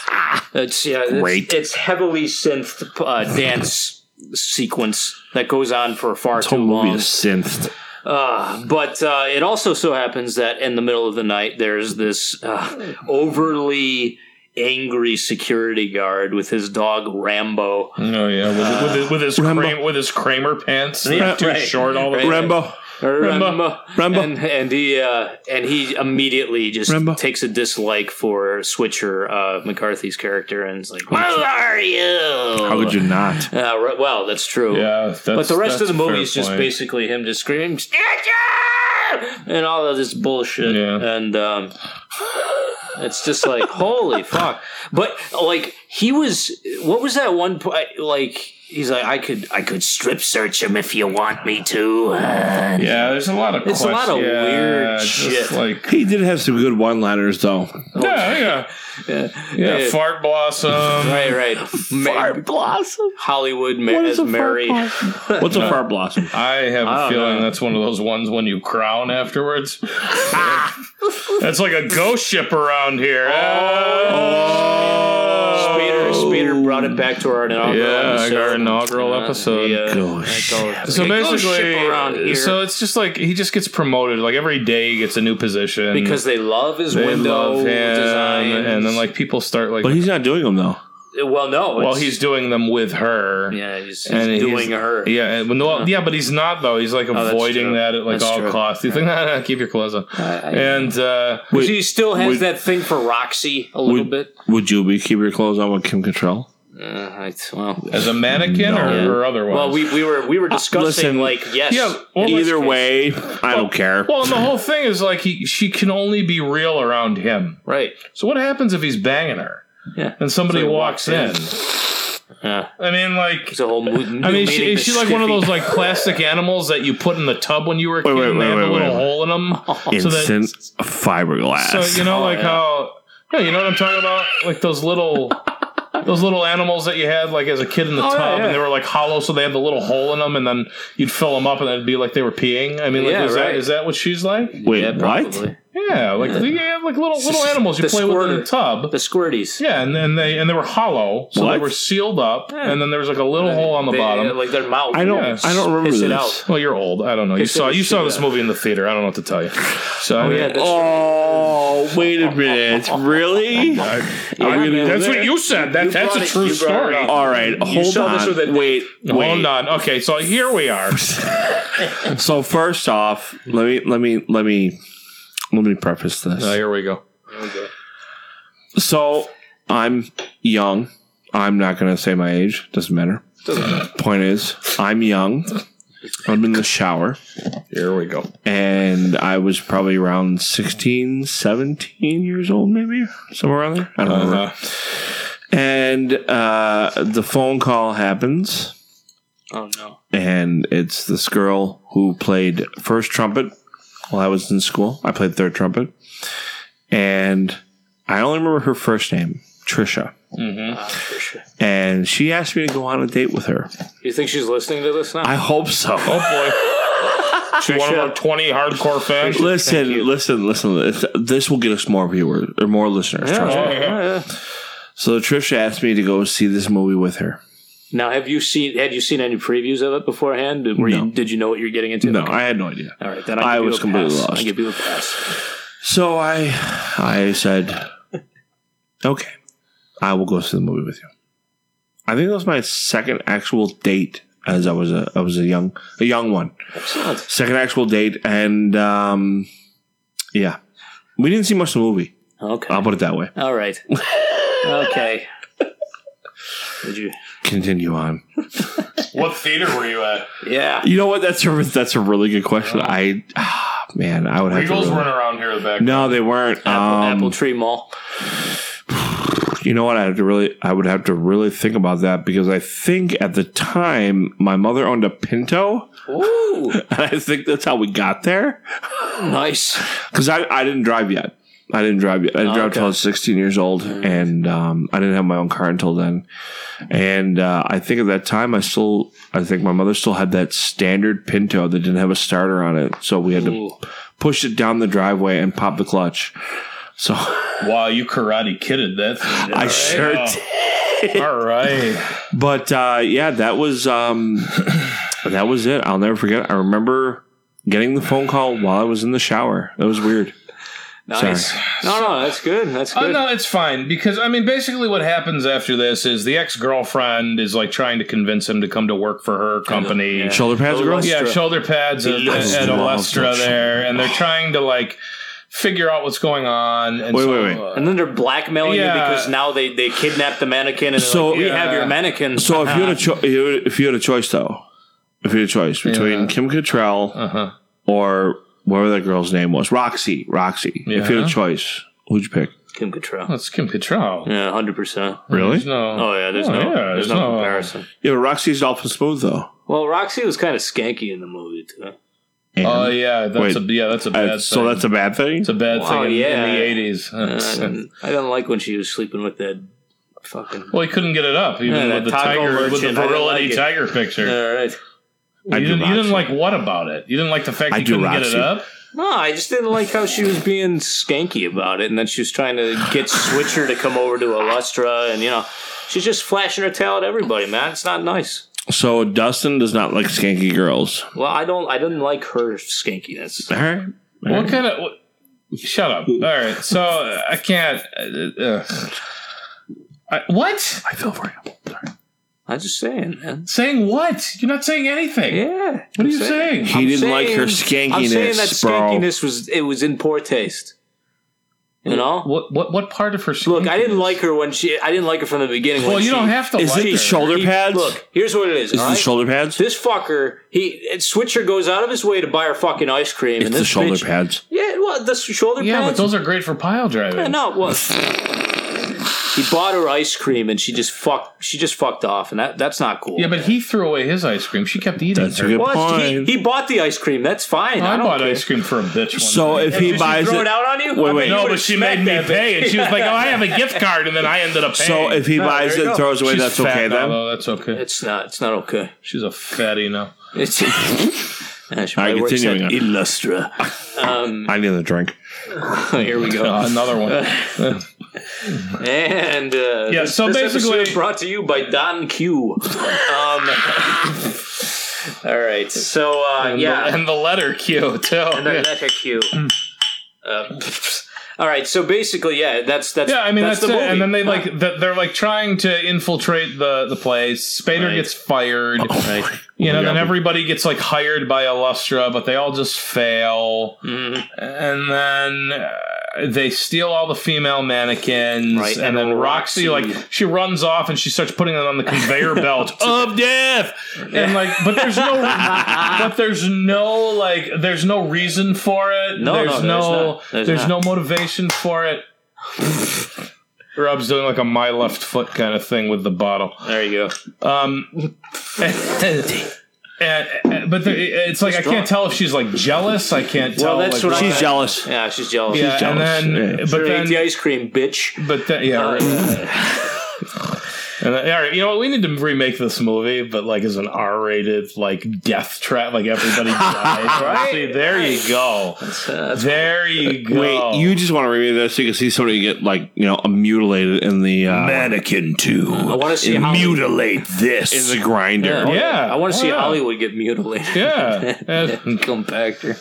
S9: It's yeah. it's-
S2: Great.
S9: It's, heavily synth uh, dance sequence that goes on for far
S2: This
S9: too
S2: whole
S9: long.
S2: movie is synthed.
S9: Uh, but uh, it also so happens that in the middle of the night, there's this uh, overly angry security guard with his dog Rambo.
S10: Oh yeah, with, with, his- with his
S2: Rambo.
S10: Kramer, with his Kramer pants. They're
S9: Yeah,
S10: too
S9: right.
S10: short all the
S9: Right.
S10: time.
S2: Rambo.
S9: Rambo,
S2: Rambo.
S9: and, and he uh, and he immediately just
S2: Rambo.
S9: takes a dislike for Switcher uh, McCarthy's character, and is like, "Who are you?"
S2: How could you not?
S9: Uh, right- well, that's true.
S10: Yeah, that's,
S9: But the rest of
S10: that's
S9: the
S10: a
S9: movie
S10: fair
S9: is just
S10: point.
S9: basically him just screaming "Snitcher!" and all of this bullshit,
S10: Yeah.
S9: and um, it's just like holy fuck. But like he was, what was that one point? Like he's like, I could, I could strip search him if you want me to. Uh,
S10: Yeah, there's a lot of
S9: It's a lot of
S10: questions. Yeah,
S9: weird
S10: just
S9: shit. Oh,
S10: Like
S2: He did have some good one liners though.
S10: yeah, yeah,
S9: yeah,
S10: yeah. Fart blossom.
S9: right, right. Ma-
S2: blossom.
S9: Hollywood ma- as Mary.
S2: What's a fart blossom?
S10: I have
S9: I
S10: a
S9: don't
S10: feeling
S9: know.
S10: that's one of those ones when you crown afterwards. that's like a ghost ship around here. Oh,
S9: Spader, Spader brought it back to our inaugural
S10: yeah,
S9: episode.
S10: our inaugural
S9: Uh,
S10: episode.
S9: the,
S2: Gosh.
S9: uh, that's all-
S10: So
S9: Okay, go
S10: basically,
S9: ship around here.
S10: so it's just like he just gets promoted. Like every day, he gets a new position
S9: because they love his
S10: they
S9: window
S10: love him,
S9: design,
S10: and then like people start like.
S2: But he's not doing them though.
S9: well, no,
S10: well,
S9: it's-
S10: he's doing them with her.
S9: yeah, he's, he's
S10: and he's-
S9: doing her.
S10: Yeah, and, well, yeah, but he's not though. He's like
S9: Oh, that's
S10: avoiding
S9: true.
S10: that at like
S9: That's
S10: all
S9: true.
S10: costs. He's like, nah, nah, keep your clothes on. and uh,
S9: But he still has
S2: would-
S9: that thing for Roxy a little
S2: Would,
S9: bit.
S2: would you be keep your clothes on with Kim Cattrall?
S9: Uh, I, well,
S10: as a mannequin or,
S9: Yeah.
S10: or otherwise.
S9: well, we, we were we were
S2: listen,
S9: discussing like yes,
S10: Uh, yeah. Well,
S2: Either way, I don't care.
S10: Well, and the whole thing is like he, she can only be real around him.
S9: right,
S10: So what happens if he's banging her
S9: yeah.
S10: and somebody
S9: Somebody
S10: walks,
S9: walks
S10: in?
S9: Yeah.
S10: I mean, like.
S9: It's a whole mood.
S10: I mean, she, is she like one of those like plastic animals that you put in the tub when you were a kid
S2: Wait, wait,
S10: and they
S2: wait,
S10: have a
S2: wait,
S10: little
S2: wait.
S10: hole in them? So that-
S2: Instant fiberglass.
S10: So you know,
S9: Oh,
S10: like
S9: yeah.
S10: how yeah, you know what I'm talking about? Like those little those little animals that you had like as a kid in the
S9: Oh,
S10: tub,
S9: yeah, yeah.
S10: and they were like hollow, so they had the little hole in them, and then you'd fill them up, and it'd be like they were peeing. I mean, like
S9: Yeah,
S10: is that
S9: right.
S10: is that what she's like?
S2: Wait, what?
S9: probably.
S10: Yeah, like they you have like little little animals you
S9: The
S10: play with in
S9: squirter.
S10: a tub.
S9: the squirties.
S10: yeah, and then they and they were hollow, so they
S2: What?
S10: were sealed up,
S9: Yeah.
S10: and then there was like a little hole on the
S9: They- uh,
S10: bottom.
S9: like their mouth.
S2: I don't.
S10: Yes.
S2: I don't remember
S9: Piss
S2: this.
S9: it out.
S10: well, you're old. I don't know. You
S9: Piss it
S10: saw
S9: with
S10: you saw
S9: shit
S10: this
S9: out.
S10: movie in the theater. I don't know what to tell you. So
S9: Oh yeah, that's
S2: Oh, wait a minute. Really?
S10: I mean,
S9: man.
S10: that's what you said. That,
S9: You
S10: that's
S9: brought
S10: a
S9: it-
S10: true
S9: you brought it
S10: story.
S9: up.
S2: All right. Hold
S9: saw
S2: on.
S9: this with a-
S2: wait. Wait.
S10: Hold on. Okay, so here we are.
S2: So first off, let me let me let me let me preface this.
S10: Oh, here we go.
S2: So I'm young. I'm not going to say my age. Doesn't matter. Doesn't matter. Point is, I'm young. I'm in the shower.
S10: Here we go.
S2: And I was probably around 16, 17 years old, maybe somewhere around there. I
S10: Uh-huh.
S2: don't remember. And uh, the phone call happens,
S9: Oh no.
S2: and it's this girl who played first trumpet while I was in school. I played third trumpet, and I only remember her first name, Trisha.
S9: Mm-hmm. for sure.
S2: And she asked me to go on a date with her.
S9: You think she's listening to this now?
S2: I hope so.
S10: Oh boy. She's one of our 20 hardcore fans.
S2: Listen, listen, listen. This- This will get us more viewers or more listeners.
S9: Yeah,
S2: trust me.
S9: yeah, yeah.
S2: So Trisha asked me to go see this movie with her.
S9: Now, have you seen? Had you seen any previews of it beforehand? Did- Were
S2: No.
S9: you, did you know what you're getting into?
S2: No,
S9: Okay.
S2: I had no idea.
S9: All right, then
S2: I
S9: I, give you
S2: was
S9: a
S2: completely
S9: pass.
S2: lost.
S9: I give you a pass.
S2: So I, I said, okay, I will go see the movie with you. I think that was my second actual date as I was a I was a young a young one.
S9: Excellent.
S2: Second actual date, and um, yeah, we didn't see much of the movie.
S9: Okay.
S2: I'll put it that way.
S9: All right. okay. Did you?
S2: Continue on.
S10: What theater were you at?
S9: Yeah.
S2: You know what? That's a that's a really good question. I ah, man, I would have
S10: Regals
S2: to.
S10: weren't
S2: Really,
S10: around here back
S2: no, they weren't.
S9: Apple,
S2: um,
S9: Apple Tree Mall.
S2: You know what? I have to really, I would have to really think about that because I think at the time my mother owned a Pinto,
S9: Ooh,
S2: and I think that's how we got there.
S9: nice.
S2: Because I, I didn't drive yet. I didn't drive yet. I didn't
S9: Oh,
S2: drive
S9: okay. Mm.
S2: until I was 16 years old, and um, I didn't have my own car until then. And uh, I think at that time, I still, I think my mother still had that standard Pinto that didn't have a starter on it, so we had
S9: Ooh.
S2: to push it down the driveway and pop the clutch. So
S10: Wow, you karate kidded that thing.
S2: I sure did.
S10: All right.
S2: But uh, yeah, that was um, that was it. I'll never forget. I remember getting the phone call while I was in the shower. That was weird.
S9: Nice. No, no, that's good. That's
S10: Oh,
S9: good.
S10: no, it's fine because I mean, basically, what happens after this is the ex girlfriend is like trying to convince him to come to work for her company.
S9: Yeah.
S2: Shoulder pads, girl.
S10: Yeah, shoulder pads at,
S2: He loves
S10: at
S2: the
S10: Alestra
S2: Alestra.
S10: there, and they're trying to like figure out what's going on. And
S2: Wait,
S10: so,
S2: wait, wait.
S10: uh,
S9: And then they're blackmailing
S10: Yeah.
S9: you because now they, they kidnapped the mannequin and
S2: So-
S9: so, like, we have
S10: Yeah.
S9: your mannequin.
S2: So if you had a cho- if you had a choice though, if you had a choice between
S10: Yeah.
S2: Kim Cattrall
S10: Uh-huh.
S2: or whatever that girl's name was, Roxy, Roxy. If you had
S10: Yeah.
S2: a choice, who'd you pick?
S9: Kim Cattrall.
S10: That's Oh, Kim Petral.
S9: Yeah, hundred percent.
S2: Really?
S10: There's no,
S9: Oh yeah, there's
S10: Oh,
S9: no
S10: yeah,
S9: there's
S10: there's
S9: no
S10: no-
S9: comparison.
S2: Yeah, but Roxy's dolphin smooth though.
S9: Well, Roxy was kind of skanky in the movie too.
S2: And-
S10: Oh yeah,
S2: Wait.
S10: that's a yeah, that's a
S2: Uh,
S10: bad.
S2: so
S10: thing.
S2: that's a bad thing.
S10: it's a bad
S9: Wow,
S10: thing in,
S9: yeah.
S10: in the eighties.
S9: Uh, I, didn't, I didn't like when she was sleeping with that fucking.
S10: well, he couldn't get it up even
S9: Yeah, that
S10: with the
S9: taco
S10: tiger with the
S9: merchant, I didn't
S10: virility
S9: like it.
S10: tiger picture.
S9: All right.
S2: I
S10: you,
S2: do
S10: didn't, you didn't like
S2: Roxy.
S10: what about it? You didn't like the fact
S2: I
S10: you
S2: do
S10: couldn't get
S2: Roxy.
S10: it up.
S9: No, I just didn't like how she was being skanky about it, and then she was trying to get Switcher to come over to Illustra, and you know, she's just flashing her tail at everybody, man. It's not nice.
S2: So Dustin does not like skanky girls.
S9: Well, I don't, I didn't like her skankiness.
S2: All right. All
S10: What
S2: right.
S10: kind of? What, shut up! All right, so uh, I can't. Uh, uh, I, what?
S2: I feel for you.
S9: I'm just saying, man.
S10: Saying what? You're not saying anything.
S9: Yeah,
S10: What are you saying?
S2: He didn't like her skankiness,
S9: I'm saying that
S2: bro.
S9: skankiness was it was in poor taste. You know,
S10: What? What? What part of her?
S9: look, I didn't
S10: sneakiness?
S9: like her when she. I didn't like her from the beginning.
S10: Well,
S9: when
S10: you
S9: she-
S10: don't have to.
S2: Is
S10: like
S2: it
S10: her.
S2: the shoulder
S9: he-
S2: pads?
S9: Look, here's what it is.
S2: Is
S9: all
S2: it the
S9: right?
S2: shoulder pads?
S9: This fucker, he Switcher goes out of his way to buy her fucking ice cream.
S2: It's
S9: and
S2: the
S9: this
S2: shoulder
S9: bitch-
S2: pads.
S9: Yeah, well, the s- shoulder
S10: Yeah, but
S9: pads.
S10: those are great for pile driving.
S9: Yeah, no, well, he bought her ice cream and she just fucked. She just fucked off, and that that's not cool.
S10: Yeah, but he threw away his ice cream. She kept eating.
S2: That's a
S10: her.
S2: good
S9: well, he,
S2: point.
S9: he bought the ice cream. That's fine.
S10: I,
S9: I, don't
S10: bought
S9: care.
S10: ice cream for a bitch. One
S2: so
S10: time.
S2: if he buys
S9: Throw
S2: it,
S9: it out on you?
S2: Wait,
S9: I
S2: wait.
S9: bet you
S10: no, but
S9: would've
S10: she made
S9: smacked
S10: me
S9: that
S10: pay,
S9: bitch.
S10: and she was like, "Oh, I have a gift card," and then I ended up paying.
S2: so if he
S9: No,
S2: buys
S9: there
S2: it,
S9: you go.
S2: throws away,
S10: She's
S2: that's
S10: fat
S2: okay
S10: now,
S2: then.
S10: though. That's okay.
S9: It's not. It's not okay.
S10: She's a fatty now.
S9: It's. Yeah, she
S2: All right,
S9: probably works at
S2: continuing on.
S9: Illustra.
S2: I need another drink.
S9: Here we go.
S10: Uh, another one.
S9: And uh,
S10: Yeah, so basically-
S9: episode brought to you by Don Q. Um, all right, so uh,
S10: and
S9: yeah,
S10: the, and Mm. the letter Q too.
S9: and then letter Q. Uh, all right, so basically, yeah, that's that's
S10: Yeah, I mean that's,
S9: the
S10: it.
S9: movie.
S10: And then they like th- they're like trying to infiltrate the the place. Spader
S9: Right. Oh,
S10: gets fired.
S9: Right.
S10: You know,
S2: Yeah.
S10: then everybody gets like hired by Illustra, but they all just fail.
S9: Mhm.
S10: And then uh, they steal all the female mannequins,
S9: Right,
S10: and,
S9: and
S10: then Roxy,
S9: Roxy-
S10: like she runs off and she starts putting it on the conveyor belt of death, and like, but there's no, but there's no like, there's no reason for it.
S9: No, no,
S10: there's
S9: there's not.
S10: there's,
S9: There's
S10: no
S9: not.
S10: motivation for it. Rob's doing like a my left foot kind of thing with the bottle.
S9: There you
S10: go. Um, and- and- and- but there, it's like I can't tell if she's like jealous. I can't tell. like,
S9: I-
S10: what-
S9: Yeah, she's jealous.
S10: Yeah, and then but
S9: Should've
S10: then
S9: ate the ice cream, bitch. Uh,
S10: But then, yeah, right. and then, all right, you know what? We need to remake this movie, but like as an R-rated like death trap, like everybody dies.
S9: Right.
S10: See, there you go. there you go.
S2: Wait, you just want to remake that so you can see somebody get like you know mutilated in the uh, mannequin too. I
S9: want to see how-
S2: mutilate this in the grinder.
S9: Yeah,
S10: Yeah.
S9: I want to see
S10: Oh, Yeah.
S9: Hollywood get mutilated.
S10: Yeah. uh,
S9: compactor.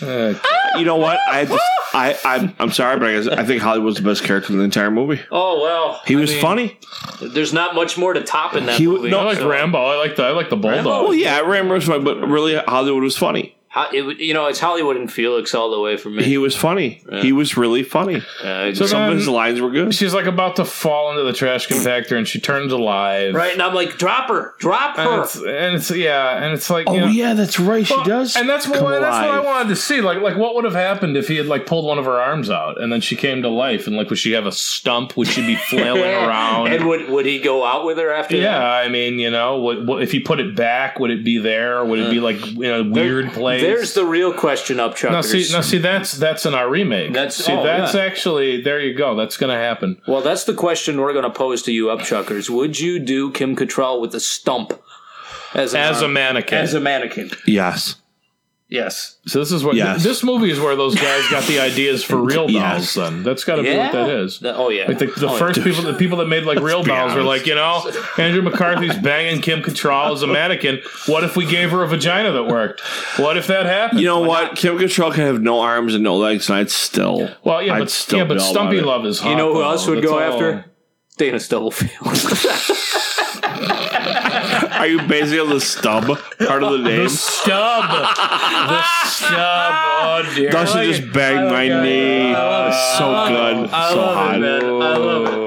S2: You know what? I just, I I'm, I'm sorry, but I, guess, I think Hollywood's the best character in the entire movie.
S9: Oh well,
S2: He
S9: I
S2: was
S9: mean,
S2: funny.
S9: There's not much more to top in that
S2: He w-
S9: movie.
S2: no, I like
S9: so-
S10: Rambo. I like the I like the bulldog.
S2: Well, yeah, Rambo's funny, but really Hollywood was funny.
S9: Ho- it, would- you know, it's Hollywood and Felix all the way for me.
S2: He was funny. He was really funny.
S9: Uh,
S2: Some of his lines were good.
S10: She's like about to fall into the trash compactor, and she turns alive.
S9: right, and I'm like, drop her, drop
S10: And
S9: her.
S10: it's, and it's Oh, yeah, and it's like
S9: Oh,
S10: you know-
S2: that's right. She does,
S10: and that's what
S2: come
S10: that's what I
S2: alive.
S10: wanted to see. Like like what would have happened if he had like pulled one of her arms out and then she came to life and like would she have a stump? Would she be flailing around?
S9: And would would he go out with her after?
S10: yeah,
S9: that?
S10: I mean you know what, what if he put it back? Would it be there? Would it be like in a weird place?
S9: There's the real question up, Chuckers.
S10: now see now see that's that's in our remake.
S9: That's-
S10: see
S9: oh,
S10: that's
S9: yeah.
S10: actually there you go. That's gonna happen.
S9: Well, that's the question we're going to pose to you, upchuckers. Would you do Kim Cattrall with a stump as, an
S10: As a
S9: arm-
S10: mannequin.
S9: Uh, As a mannequin,
S2: Yes.
S9: yes.
S10: So this is what
S2: Yes.
S10: this movie is where those guys got the ideas for real dolls.
S2: Yes.
S10: Then that's got to be what that is.
S9: Th- Oh yeah.
S10: Like the, the
S9: Oh,
S10: first
S9: yeah.
S10: people, the people that made like real
S2: be
S10: dolls were
S2: honest.
S10: like, you know, Andrew McCarthy's banging Kim Cattrall as a mannequin. What if we gave her a vagina that worked? What if that happened?
S2: You know what? Kim Cattrall can have no arms and no legs, and I'd still.
S10: well, yeah,
S2: I'd
S10: but yeah, but
S2: be all
S10: Stumpy
S2: about it.
S10: Love is hot.
S9: You know who
S10: though.
S9: else would
S10: That's
S9: go
S10: all.
S9: after? Dana Stubblefield.
S2: Are you basing it on the stub part of the
S10: The
S2: name?
S10: stub, the stub. Oh dear!
S2: Dustin just banged my knee. So good.
S9: I
S2: so
S9: love
S2: hot.
S9: it, man. I love it.
S10: Oh.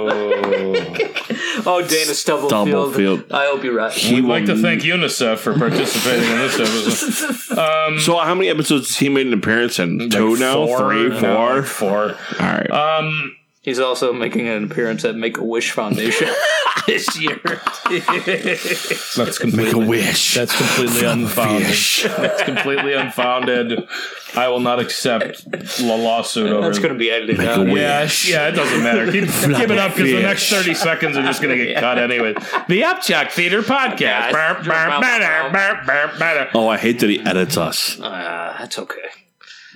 S9: Oh, Dana Stubblefield.
S2: Stubblefield.
S9: I hope you're right.
S2: He
S10: We'd like to
S2: will-
S10: thank UNICEF for participating in this episode.
S2: So, how many episodes has he made an appearance in? Two now?
S10: four
S2: Three?
S10: now,
S2: Four?
S10: like four.
S2: All right.
S10: Um,
S9: He's also making an appearance at Make a Wish Foundation this year.
S10: that's completely.
S2: Make a wish.
S10: That's completely unfounded. That's completely unfounded. I will not accept the lawsuit over.
S9: That's going to be edited out.
S10: yeah, yeah, it doesn't matter. Keep, keep it up because the
S2: fish.
S10: next thirty seconds are just going to get cut anyway. The Upchuck Theater Podcast.
S9: Yeah, it's-
S10: Burp, burp, burp, burp, burp, burp.
S2: oh, I hate that he edits us.
S9: Uh, that's okay.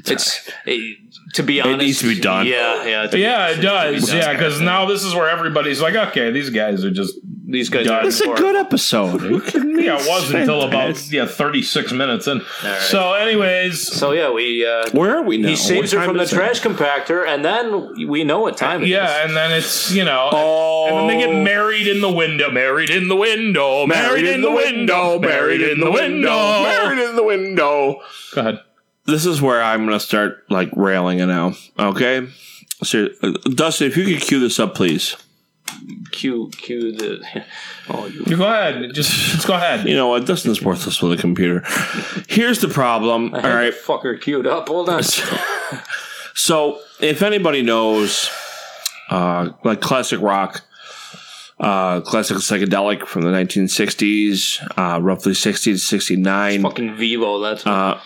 S9: It's eh, to be honest.
S2: needs to be done.
S9: Yeah, yeah. to be
S10: Yeah,
S9: honest, needs
S10: it does.
S9: to be
S10: Yeah,
S9: done.
S10: because now this is where everybody's like, okay, these guys are just.
S9: these guys
S10: Done.
S9: are
S2: It's a good episode. Are you kidding me?
S10: Yeah, it was until about
S2: Fantastic.
S10: yeah thirty six minutes in.
S9: right.
S10: So, anyways,
S9: So yeah, we uh,
S2: Where are we now?
S9: he saves
S2: What
S9: her from
S2: time
S9: the
S2: is it?
S9: trash compactor, and then we know what time it is.
S10: Yeah, and then it's you know,
S2: Oh.
S10: and then they get married in the window, married in the window, married, in the window, married in the window,
S2: married in the window.
S10: Go ahead.
S2: This is where I'm going to start like railing it now. Okay. So, uh, Dustin, if you could cue this up, please.
S9: Cue, cue the. Oh, you
S10: You go ahead. Just, just go ahead.
S2: You know what? Dustin's worthless with a computer. Here's the problem. All
S9: had the
S2: right.
S9: fucker queued up. Hold on.
S2: So, if anybody knows, uh, like classic rock, uh, classic psychedelic from the 1960s, uh, roughly 60 to 69.
S9: Fucking Vivo. That's
S2: Uh,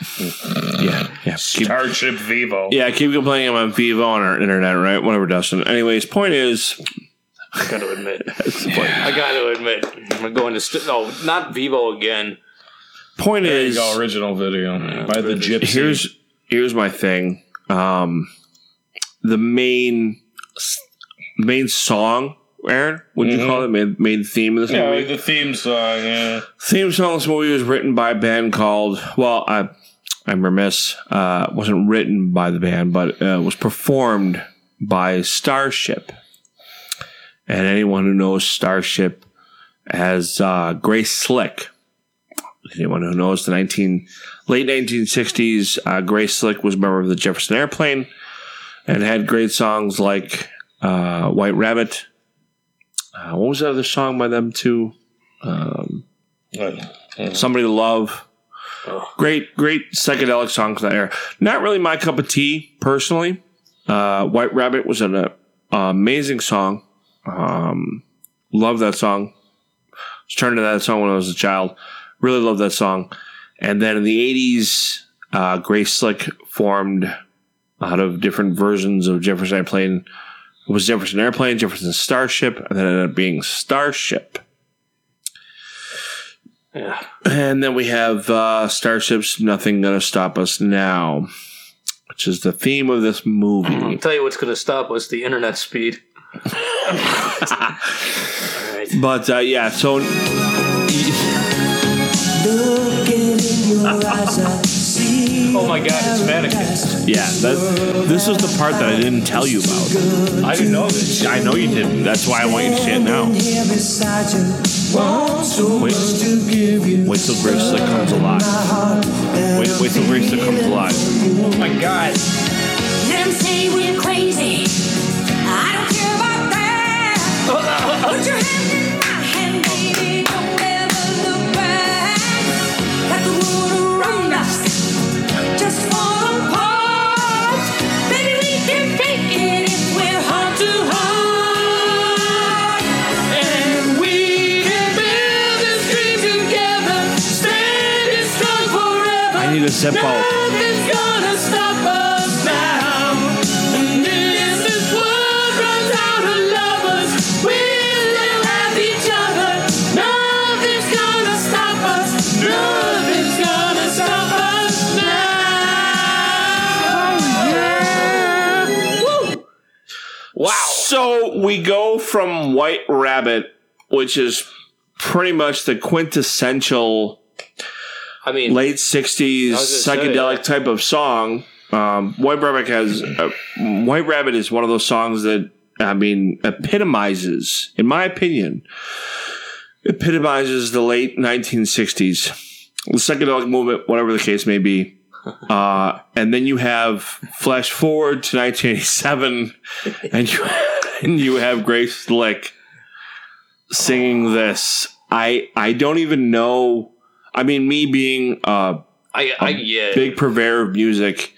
S2: yeah, yeah. Keep,
S10: Starship Vivo.
S2: yeah, keep complaining about Vivo on our internet, right? Whatever, Dustin. Anyways, point is,
S9: I got to admit.
S2: Uh.
S9: I got to admit. I'm going to. St- oh, not Vivo again.
S2: point
S10: There you
S2: is,
S10: go. Original video by the Gypsy.
S2: here's here's my thing. Um, the main main song, Aaron, would you
S10: Mhm.
S2: call it main, main theme of this
S10: yeah,
S2: movie?
S10: the theme song. Yeah.
S2: theme song of this movie was written by a band called well I, i'm remiss uh it wasn't written by the band but uh, it was performed by starship and anyone who knows starship as uh, grace slick anyone who knows the 19 late 1960s uh, grace slick was a member of the jefferson airplane and had great songs like uh, White Rabbit. Uh, what was that other song by them too? Um, Somebody to Love. Great, great psychedelic songs that era. Not really my cup of tea personally. Uh, White Rabbit was an uh, amazing song. Um, love that song. Was turned to that song when I was a child. Really love that song. And then in the '80s, uh, Grace Slick formed out of different versions of Jefferson Airplane. It was Jefferson Airplane, Jefferson Starship, and then it ended up being Starship. And then we have uh, Starships, Nothing Gonna Stop Us Now, which is the theme of this movie.
S9: I'll tell you what's going to stop us the internet speed.
S2: But uh, yeah, so
S9: oh my god, it's mannequins.
S2: yeah, that, this is the part that I didn't tell you about.
S9: I didn't know this.
S2: I know you didn't. That's why I want you to say it now. Wait, wait till Grace Slick comes alive. Wait, wait till Grace Slick comes alive.
S9: Oh my god.
S12: Let 'em say we're crazy. I don't care about that. Put your hand in my hand, baby. Don't ever look back. Let the world around us just fall apart. Baby, we can break it if we're heart to heart. And we can build this dream together, standing strong forever.
S2: I need a zip out.
S12: Nothing's gonna stop us now. And if this world runs out of lovers, we'll have each other. Nothing's gonna stop us. Nothing's gonna stop us now. Woo!
S2: Wow. So we go from White Rabbit, which is pretty much the quintessential
S9: I mean,
S2: late 60s
S9: I was gonna say,
S2: psychedelic type of song. Um, White Rabbit has uh, White Rabbit is one of those songs that I mean epitomizes, in my opinion, epitomizes the late 1960s, the psychedelic movement, whatever the case may be. Uh, and then you have flash forward to 1987, and you and you have Grace Slick singing this. I I don't even know. I mean, me being uh,
S9: I, I yeah.
S2: big purveyor of music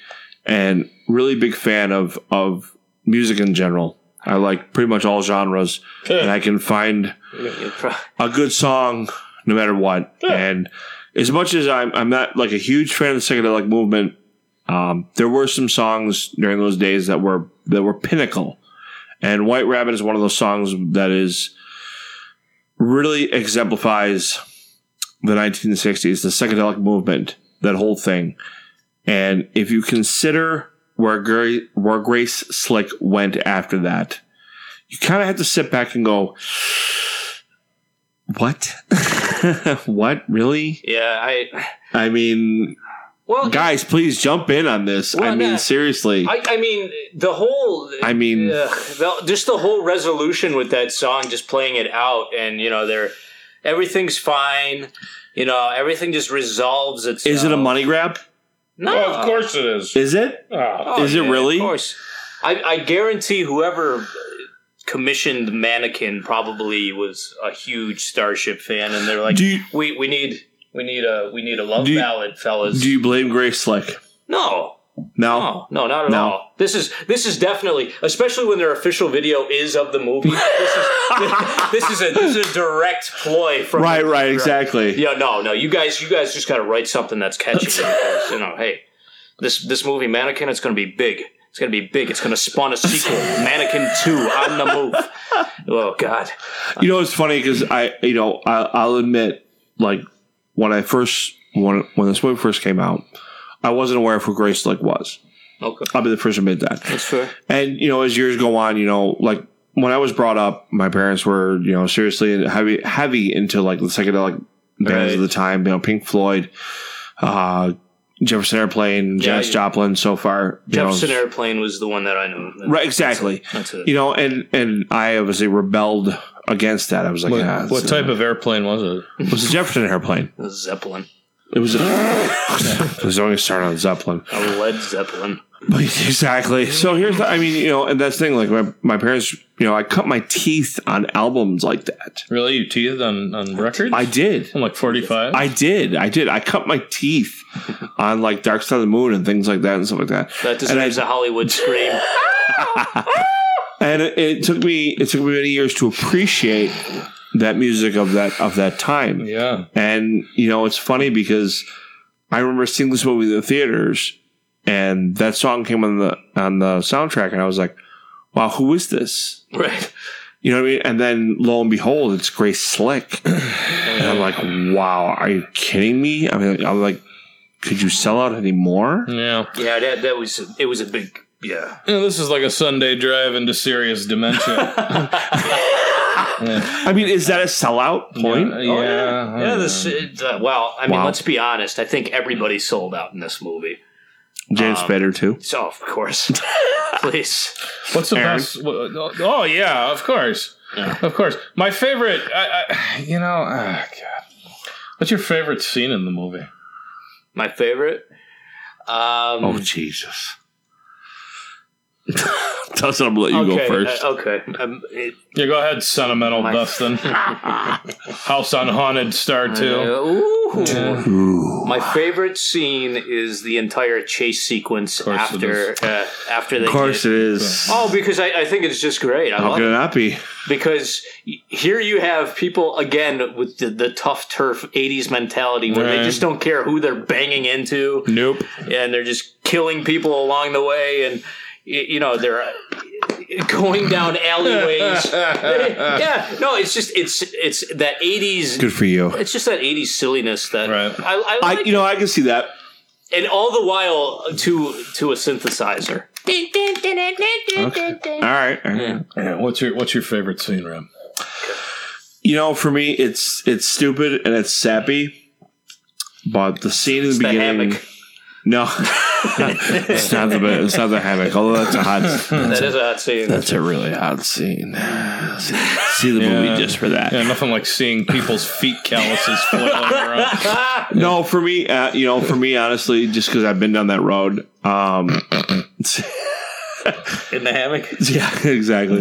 S2: and really big fan of of music in general. I like pretty much all genres, and I can find
S9: You're pro-
S2: a good song no matter what. And as much as I'm, I'm not like a huge fan of the psychedelic movement, um, there were some songs during those days that were that were pinnacle. And White Rabbit is one of those songs that is really exemplifies the 1960s, the psychedelic movement, that whole thing. And if you consider where, Gra- where Grace Slick went after that, you kind of have to sit back and go, what? what? Really?
S9: yeah, I
S2: I mean,
S9: well
S2: guys, please jump in on this. I
S9: Well,
S2: mean,
S9: nah.
S2: seriously.
S9: I, I mean the whole
S2: I mean-
S9: Ugh, the, just the whole resolution with that song just playing it out and you know they're everything's fine you know everything just resolves itself
S2: is it a money grab?
S9: no
S10: Oh, of course it is.
S2: Is it?
S10: Oh.
S2: is it
S9: yeah,
S2: really?
S9: Of course. I, I guarantee whoever commissioned Mannequin probably was a huge Starship fan, and they're like,
S2: Do you-
S9: "We we need we need a we need a love
S2: Do you-
S9: ballad, fellas."
S2: Do you blame Grace Slick?
S9: no,
S2: No.
S9: no, Oh, no, not at
S2: No.
S9: all. This is this is definitely, especially when their official video is of the movie. This is this is a this is a direct ploy from
S2: Right, right, exactly.
S9: Yeah, no, no, you guys, you guys just got to write something that's catchy. because, you know, hey, this this movie Mannequin, it's going to be big. It's going to be big. It's going to spawn a sequel, Mannequin Two, on the move. Oh God,
S2: You know, it's funny because I, you know, I, I'll admit, like when I first when when this movie first came out, I wasn't aware of who Grace Slick was.
S9: okay,
S2: I'll be the first to admit that.
S9: that's fair.
S2: And you know, as years go on, you know, like when I was brought up, my parents were you know seriously heavy heavy into like the psychedelic bands
S9: Right.
S2: of the time. You know, Pink Floyd, uh, Jefferson Airplane, Janis
S9: you-
S2: Joplin. So far, you know,
S9: Jefferson Airplane was the one that I knew.
S2: Right, exactly.
S9: That's it.
S2: You know, and and I obviously rebelled against that. I was like,
S10: What,
S2: ah,
S10: what
S2: it's-
S10: type of airplane was it?
S2: It was a Jefferson Airplane.
S9: Zeppelin.
S2: It was. A, it was only a start on Zeppelin.
S9: A Led Zeppelin.
S2: Exactly. So here's the. I mean, you know, and that's the thing. Like my, my parents, you know, I cut my teeth on albums like that.
S10: Really, you teethed on on records?
S2: I did.
S10: I'm like 45.
S2: I did. I did. I cut my teeth on like Dark Side of the Moon and things like that and stuff like that.
S9: That
S2: and I
S9: deserves a Hollywood scream.
S2: and it, it took me it took me many years to appreciate that music of that of that time.
S10: Yeah.
S2: And you know, it's funny because I remember seeing this movie in the theaters, and that song came on the on the soundtrack, and I was like, "Wow, who is this?"
S9: Right.
S2: You know what I mean? And then lo and behold, it's Grace Slick, and I'm like, "Wow, are you kidding me?" I mean, I'm like, "Could you sell out any more?"
S10: Yeah.
S9: Yeah, that that was it was a big yeah.
S10: Yeah, this is like a Sunday drive into serious dementia.
S2: I mean, is that a sellout point?
S10: Yeah,
S9: Oh,
S10: yeah.
S9: yeah. This it, uh, well, I mean,
S2: Wow.
S9: let's be honest. I think everybody sold out in this movie.
S2: James
S9: Um,
S2: Spader too.
S9: So of course, please.
S10: What's the
S2: Aaron?
S10: best? Oh yeah, of course, of course. My favorite, I, I, you know, ah, God. What's your favorite scene in the movie?
S9: My favorite. Um,
S2: Oh Jesus! Dustin, I'm gonna let Oh, you
S10: Okay,
S2: go first.
S9: uh, okay. Um, it,
S10: Yeah, go ahead, sentimental Dustin. House on Haunted Star
S9: Uh,
S10: Two.
S9: ooh. My favorite scene is the entire chase sequence
S2: course it
S9: after
S2: is.
S9: uh, after they
S2: of course,
S9: get-
S2: it is.
S9: Oh, because I, I think it's just great. I
S2: How
S9: love
S2: could
S9: it.
S2: it not be?
S9: because y- here you have people again with the, the tough turf 80s mentality where
S10: Right.
S9: they just don't care who they're banging into
S10: Nope.
S9: and they're just killing people along the way and y- you know they're uh, going down alleyways yeah no it's just it's it's that 80s
S2: Good for you.
S9: it's just that 80s silliness that I, I,
S2: I,
S9: like,
S2: you know, I can see that.
S9: and all the while to to a synthesizer
S2: All right. all right.
S10: Yeah, what's your What's your favorite scene, Ram?
S2: You know, for me, it's it's stupid and it's sappy, but the scene in the
S9: the
S2: beginning.
S9: hammock.
S2: no, it's not the bit- it's not the hammock. Although that's a hot.
S9: that is a hot scene
S2: That's a really hot scene. See, see the
S10: Yeah.
S2: movie just for that.
S10: Yeah, nothing like seeing people's feet calluses flailing around.
S2: No, for me, uh, you know, for me, honestly, just because I've been down that road. Um,
S9: in the hammock
S2: yeah, exactly.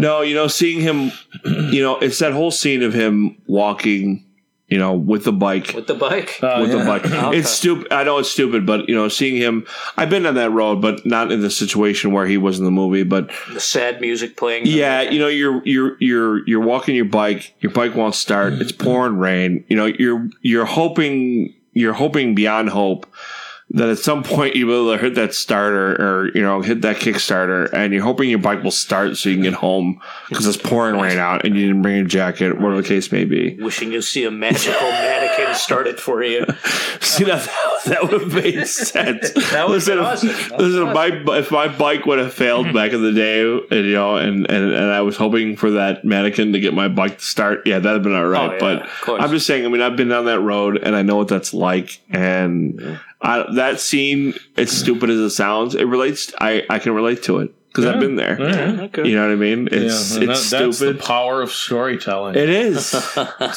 S2: No, you know, seeing him, you know, it's that whole scene of him walking, you know, with the bike.
S9: with the bike
S2: with
S10: Oh, yeah.
S2: the bike,
S9: Okay.
S2: it's stupid. I know it's stupid, but you know, seeing him, I've been on that road, but not in the situation where he was in the movie. But
S9: the sad music playing
S2: yeah, you know, you're you're you're you're walking your bike. Your bike won't start. It's pouring rain. You know, you're you're hoping you're hoping beyond hope that at some point you will hit that starter or you know hit that Kickstarter, and you're hoping your bike will start so you can get home because it's pouring rain out and you didn't bring your jacket, whatever the case may be.
S9: wishing you see a magical mannequin start it for you.
S2: See that that would have made sense.
S9: That was
S2: listen,
S9: awesome.
S2: If,
S9: That was
S2: listen, if my if my bike would have failed back in the day, and you know, and, and and I was hoping for that mannequin to get my bike to start. Yeah, that'd have been all right.
S9: Oh, yeah, of
S2: but
S9: course.
S2: I'm just saying. I mean, I've been down that road, and I know what that's like. And I, that scene, as stupid as it sounds, it relates. I I can relate to it because I've been there.
S9: Okay.
S2: You know what I mean? It's
S10: Yeah, and
S2: it's
S10: that- That's the
S2: stupid.
S10: power of storytelling.
S2: It is.
S10: Power of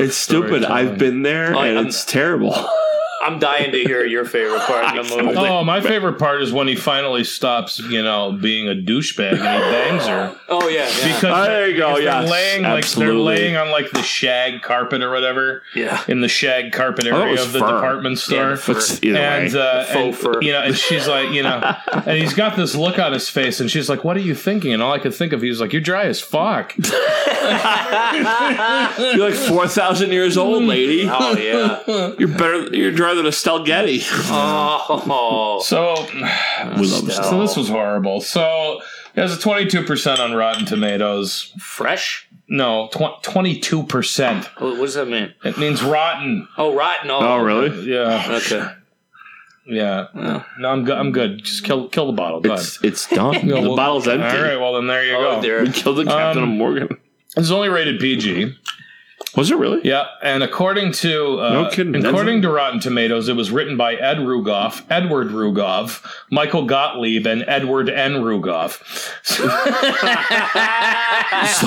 S2: It's stupid. I've
S10: storytelling.
S2: been there,
S9: Oh,
S2: and
S9: I'm-
S2: it's terrible.
S9: I'm dying to hear your favorite part in the movie.
S10: Oh, my favorite part is when he finally stops, you know, being a douchebag and he bangs her.
S9: Oh yeah, yeah.
S10: Because
S2: Oh, there you go,
S10: because
S2: yes,
S10: they're laying like they're
S2: absolutely.
S10: laying on like the shag carpet or whatever
S9: yeah.
S10: in the shag carpet
S2: thought it
S10: area
S2: Oh, was
S10: of the
S2: fur.
S10: department store.
S9: fur.
S2: But either
S10: and,
S2: way.
S10: uh,
S9: The faux
S10: and,
S9: fur.
S10: you know, and she's like, you know, and he's got this look on his face, and she's like, "What are you thinking?" And all I could think of, he was like, "You're dry as fuck."
S2: You're like four thousand years old, lady.
S9: Oh yeah.
S2: You're better. You're drier than Estelle Getty.
S9: Oh.
S10: So,
S2: We love Estelle.
S10: so this was horrible. So, it has a twenty-two percent on Rotten Tomatoes.
S9: Fresh?
S10: No, twenty-two percent.
S9: What what does that mean?
S10: It means rotten.
S9: Oh, rotten. Oh,
S2: Oh, really?
S10: Yeah,
S9: Okay.
S10: yeah. No, I'm good. I'm good. Just kill kill the bottle. Go
S2: It's it's done.
S10: ahead.
S2: the bottle's empty.
S10: All right. Well, then there you
S2: Um,
S9: Oh,
S10: go.
S9: dear.
S2: We killed the captain
S10: Um,
S2: of Morgan.
S10: It's only rated PG.
S2: Was it really?
S10: Yeah, and according to uh,
S2: No kidding. That's-
S10: according to Rotten Tomatoes, it was written by Ed Rugoff, Edward Rugoff, Michael Gottlieb, and Edward N. Rugoff.
S2: so,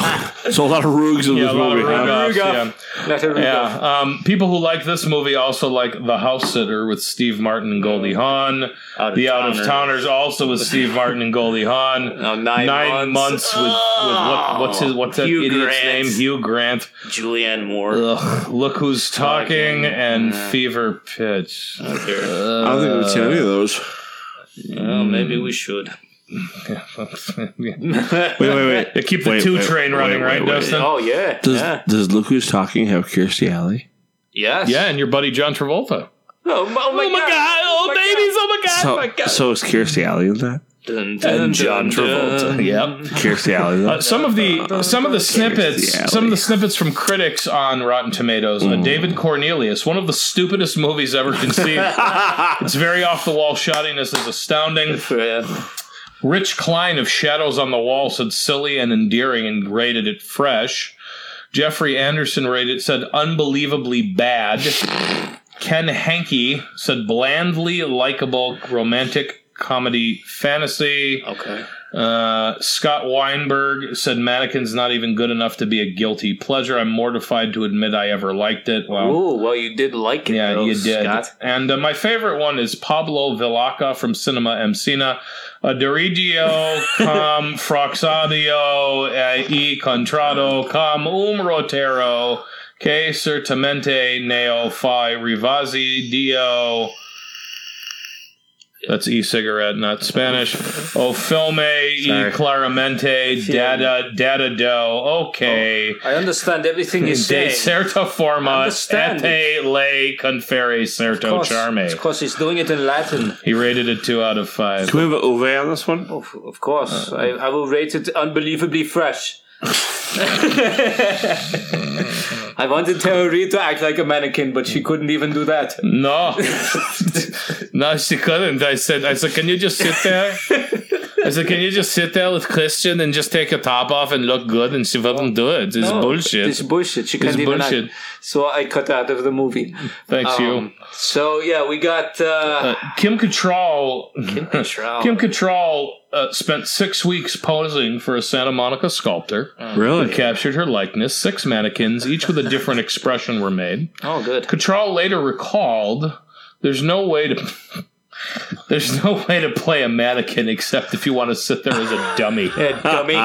S2: so a lot of rugs in
S10: Yeah,
S2: this
S10: a lot
S2: movie.
S10: of Rugoffs,
S2: huh?
S10: yeah. Yeah, um, people who like this movie also like The House Sitter with Steve Martin and Goldie Hawn.
S9: Mm. Out of
S10: the Out
S9: Towner.
S10: of Towners also with Steve Martin and Goldie Hawn.
S9: Uh, nine months. Oh.
S10: months, with, with what, what's his what's that
S9: Hugh
S10: idiot's
S9: Grant.
S10: name? Hugh Grant.
S9: Julianne Moore.
S10: Ugh, look who's talking
S9: Talking.
S10: and
S9: Yeah.
S10: Fever Pitch. Uh,
S2: I don't think we've seen any of those.
S9: Well, Oh, maybe we should.
S10: wait,
S2: Wait, wait, wait.
S10: Keep the
S2: Wait,
S10: two
S2: wait,
S10: train
S2: wait,
S10: running,
S2: wait,
S10: right,
S2: wait.
S10: Dustin?
S9: Oh yeah,
S2: Does
S9: yeah,
S2: Does Look Who's Talking have Kirstie Alley?
S9: yes.
S10: Yeah, and your buddy John Travolta.
S9: Oh, my, oh my god. Oh babies. Oh my god.
S2: so,
S9: oh my god.
S2: so is Kirstie Alley in that?
S9: Dun, dun, dun, dun.
S10: Yep.
S2: Kirstie Alley. though?
S10: Uh, some of the some of the snippets
S2: alley.
S10: some of the snippets from critics on Rotten Tomatoes. Uh, David Cornelius, one of the stupidest movies ever conceived. it's very off the wall shottiness is astounding. Rich Klein of Shadows on the Wall said silly and endearing and rated it fresh. Jeffrey Anderson rated said unbelievably bad. Ken Hankey said blandly likable romantic comedy fantasy.
S9: Okay.
S10: Uh, Scott Weinberg said Mannequin's not even good enough to be a guilty pleasure. I'm mortified to admit I ever liked it. Well,
S9: Ooh, well, you did like it.
S10: yeah,
S9: though,
S10: you did.
S9: Scott.
S10: And uh, my favorite one is Pablo Villaca from Cinema Emcina. Uh, Diridio, com froxadio, eh, e contrado, com um rotero, que certamente neo fi rivasi dio. That's e-cigarette, not Spanish. O filme e
S9: Sorry.
S10: claramente data data do. Okay.
S9: I understand everything you
S10: De
S9: say.
S10: certa forma
S9: Understand.
S10: ete le confere certo charme.
S9: Of course, he's doing it in Latin.
S10: He rated it two out of five.
S2: Can we have an Uwe on this one?
S9: Of, Oh, of course,
S10: Uh,
S9: I, I will rate it unbelievably fresh. I wanted Terry to act like a mannequin, but she couldn't even do that.
S10: No, no, she couldn't. I said, I said, can you just sit there? I said, can you just sit there with Christian and just take your top off and look good? And she wouldn't do it. It's
S9: No,
S10: bullshit.
S9: It's bullshit. She
S10: It's
S9: can't even
S10: bullshit.
S9: act. So I cut out of the movie. Um,
S10: Thanks, you.
S9: So yeah, we got uh,
S10: Uh, Kim Cattrall.
S9: Kim Cattrall.
S10: Kim Cattrall uh, spent six weeks posing for a Santa Monica sculptor.
S2: Really?
S10: Who captured her likeness. Six mannequins, each with a different expression, were made.
S9: oh, good.
S10: Cattrall later recalled, "There's no way to." There's no way to play a mannequin except if you want to sit there as a dummy.
S9: Yeah, dummy,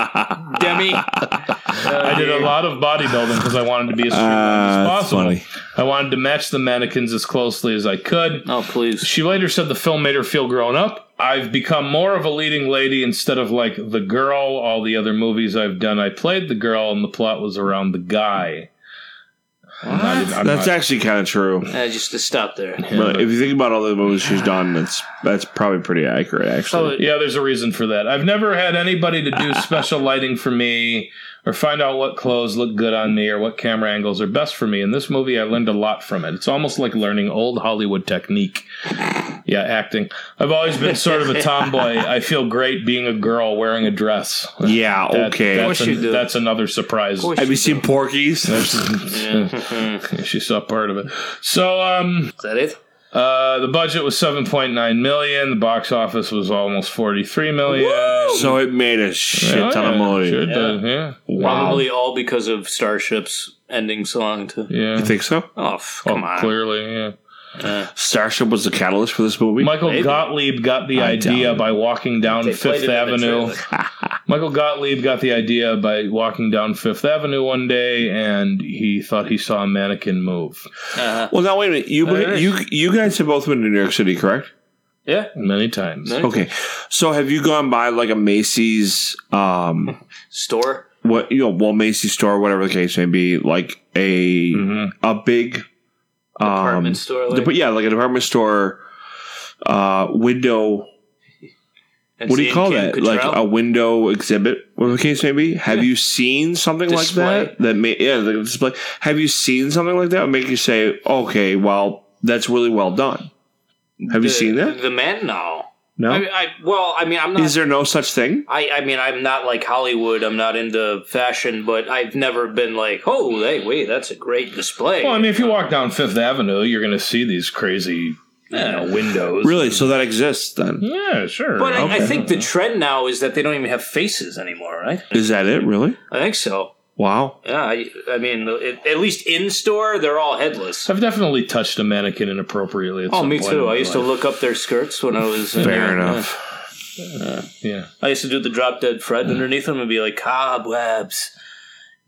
S9: dummy.
S10: I did a lot of bodybuilding because I wanted to be as streamlined
S2: Ah,
S10: as
S2: that's
S10: possible.
S2: funny.
S10: I wanted to match the mannequins as closely as I could.
S9: Oh, please.
S10: She later said the film made her feel grown up. I've become more of a leading lady instead of like the girl. All the other movies I've done, I played the girl, and the plot was around the guy. I'm not even- I'm
S2: That's
S10: not-
S2: actually kind of true.
S9: Uh, just to stop there.
S2: But if you think about all the movies she's done, that's that's probably pretty accurate, actually.
S10: Yeah, there's a reason for that. I've never had anybody to do special lighting for me or find out what clothes look good on me or what camera angles are best for me. In this movie, I learned a lot from it. It's almost like learning old Hollywood technique. Yeah, acting. I've always been sort of a tomboy. I feel great being a girl wearing a dress.
S2: yeah,
S10: That-
S2: okay.
S10: That's,
S9: course you
S10: an-
S9: do.
S10: that's another surprise.
S2: have you seen Porky's?
S10: she saw part of it. So, um,
S9: Is that it?
S10: uh, the budget was 7.9 million. The box office was almost 43 million.
S2: so it made a shit
S10: Yeah,
S2: ton of
S10: Oh, yeah,
S2: money.
S10: should
S9: Yeah.
S10: do, yeah.
S9: Probably all because of Starship's ending song too.
S10: Yeah.
S2: You think so?
S9: Oh, f- come on.
S10: Clearly, yeah.
S2: Starship was the catalyst for this movie.
S10: Michael
S9: Maybe.
S10: Gottlieb got the
S2: I doubt
S10: idea
S2: it.
S10: by walking down
S9: They played it
S10: Fifth
S9: in the
S10: Avenue.
S9: trailer.
S10: Michael Gottlieb got the idea by walking down Fifth Avenue one day, and he thought he saw a mannequin move.
S9: Uh-huh.
S2: Well, now wait a minute. You
S9: Alright.
S2: you you guys have both been to New York City, correct?
S9: Yeah.
S10: Many times,
S9: No.
S2: Okay. So have you gone by like a Macy's, um,
S9: Store.
S2: what you know, well Macy's store, whatever the case may be, like a
S10: Mhm.
S2: a big um,
S9: Department store, like-
S2: dep- yeah, like a department store uh, window.
S9: And
S2: What do you
S9: seeing
S2: call
S9: Kim
S2: that? Like uh,
S9: Cattrall.
S2: a window exhibit, whatever the case may be. Have you seen something
S9: Display.
S2: like that? That may yeah, like a display. Have you seen something like that? Would make you say, okay, well, that's really well done. Have you
S9: The-
S2: seen that?
S9: The man now.
S2: No?
S9: I, mean, I well, I mean, I'm not.
S2: Is there no such thing?
S9: I, I mean, I'm not like Hollywood. I'm not into fashion, but I've never been like, oh, hey, wait, that's a great display.
S10: Well, I mean, if you walk down Fifth Avenue, you're going to see these crazy you know, windows.
S2: Really? So that exists
S9: Hmm.
S2: then?
S10: Yeah, sure.
S9: but I, I
S2: Okay.
S9: think the trend now is that they don't even have faces anymore, right?
S2: Is that it? Really?
S9: I think so.
S2: Wow.
S9: Yeah, I, I mean, it, at least in store, they're all headless.
S10: I've definitely touched a mannequin inappropriately. At
S9: oh,
S10: some
S9: me
S10: point in
S9: too.
S10: my
S9: I used to
S10: life.
S9: look up their skirts when I was in
S2: Fair
S9: there.
S2: enough.
S10: Uh, yeah.
S9: I used to do the drop dead Fred
S10: Mm.
S9: underneath them and be like cobwebs.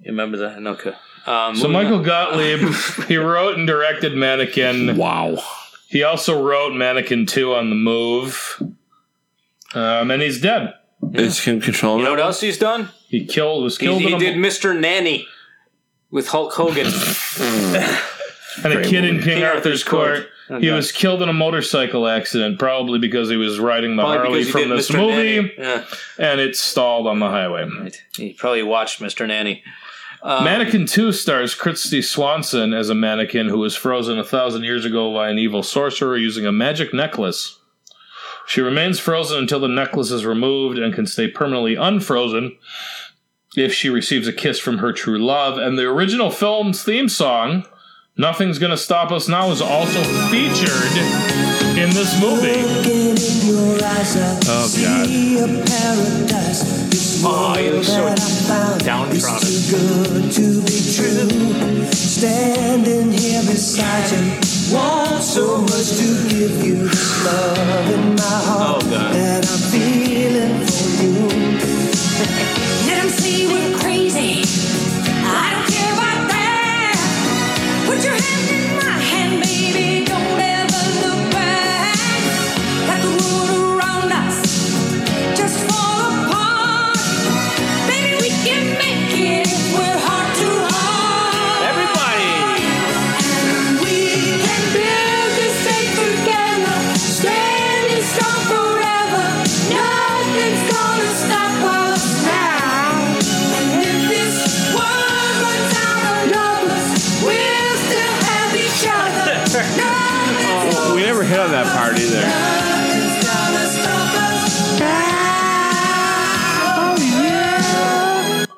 S9: You remember that? Okay. Um,
S10: So
S9: moving
S10: Michael
S9: on.
S10: Gottlieb, he wrote and directed Mannequin.
S2: Wow.
S10: He also wrote Mannequin Two on the Move. Um, and he's dead.
S2: It's him controlling
S9: You know
S2: it?
S9: what else he's done?
S10: He killed was
S9: He,
S10: killed
S9: he
S10: in a,
S9: did Mr. Nanny with Hulk Hogan.
S10: and a
S2: Great
S10: kid in
S2: movie.
S10: King Arthur's Court.
S9: Court. Oh,
S10: He was killed in a motorcycle accident, probably because he was riding the
S9: Probably
S10: Harley
S9: because he
S10: from
S9: did
S10: this
S9: Mr.
S10: movie,
S9: Nanny. Yeah,
S10: and it stalled on the highway.
S9: he probably watched Mr. Nanny. Um,
S10: Mannequin 2 stars Christy Swanson as a mannequin who was frozen a thousand years ago by an evil sorcerer using a magic necklace. She remains frozen until the necklace is removed and can stay permanently unfrozen if she receives a kiss from her true love. And the original film's theme song, Nothing's Gonna Stop Us Now, is also featured in this movie. Oh, God.
S9: Oh, he looks so downtrodden.
S12: Good to be true. Standing here beside you, want so much to give you this love in my heart
S9: Oh, God.
S12: that I'm feeling for you. Let 'em say we're crazy. I don't care about that. Put your hand in my hand, baby. Don't ever look back. Let the world around us just fall apart. Baby, we can make it if we're heart to heart.
S9: Everybody!
S12: We can build this thing together, standing strong forever. Nothing's gonna stop us now. And if this world runs out of lovers, we'll still have each other. Nothing's
S2: Oh, we never hit on that part either.
S12: gonna stop us now.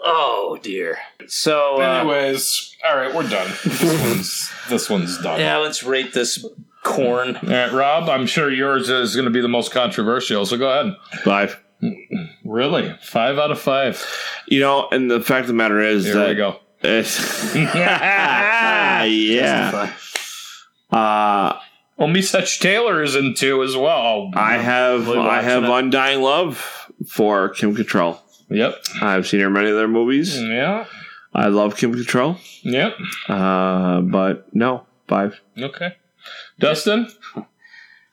S9: Oh dear. So uh,
S10: Anyways, all right, we're done. This one's, this one's done.
S9: yeah, let's rate this corn.
S10: All right, Rob, I'm sure yours is going to be the most controversial, so go ahead.
S2: Five.
S10: Really? Five out of five.
S2: You know, and the fact of the matter is
S10: Here
S2: that
S10: we go.
S2: It's, yeah. Uh,
S10: Well, me such Taylor is in two as well.
S2: I have
S10: Really
S2: I have
S10: watching
S2: undying love for Kim Cattrall.
S10: Yep.
S2: I've seen her in many of their movies.
S10: Yeah.
S2: I love Kim Cattrall,
S10: Yep.
S2: uh, but no, five,
S10: Okay. Dustin?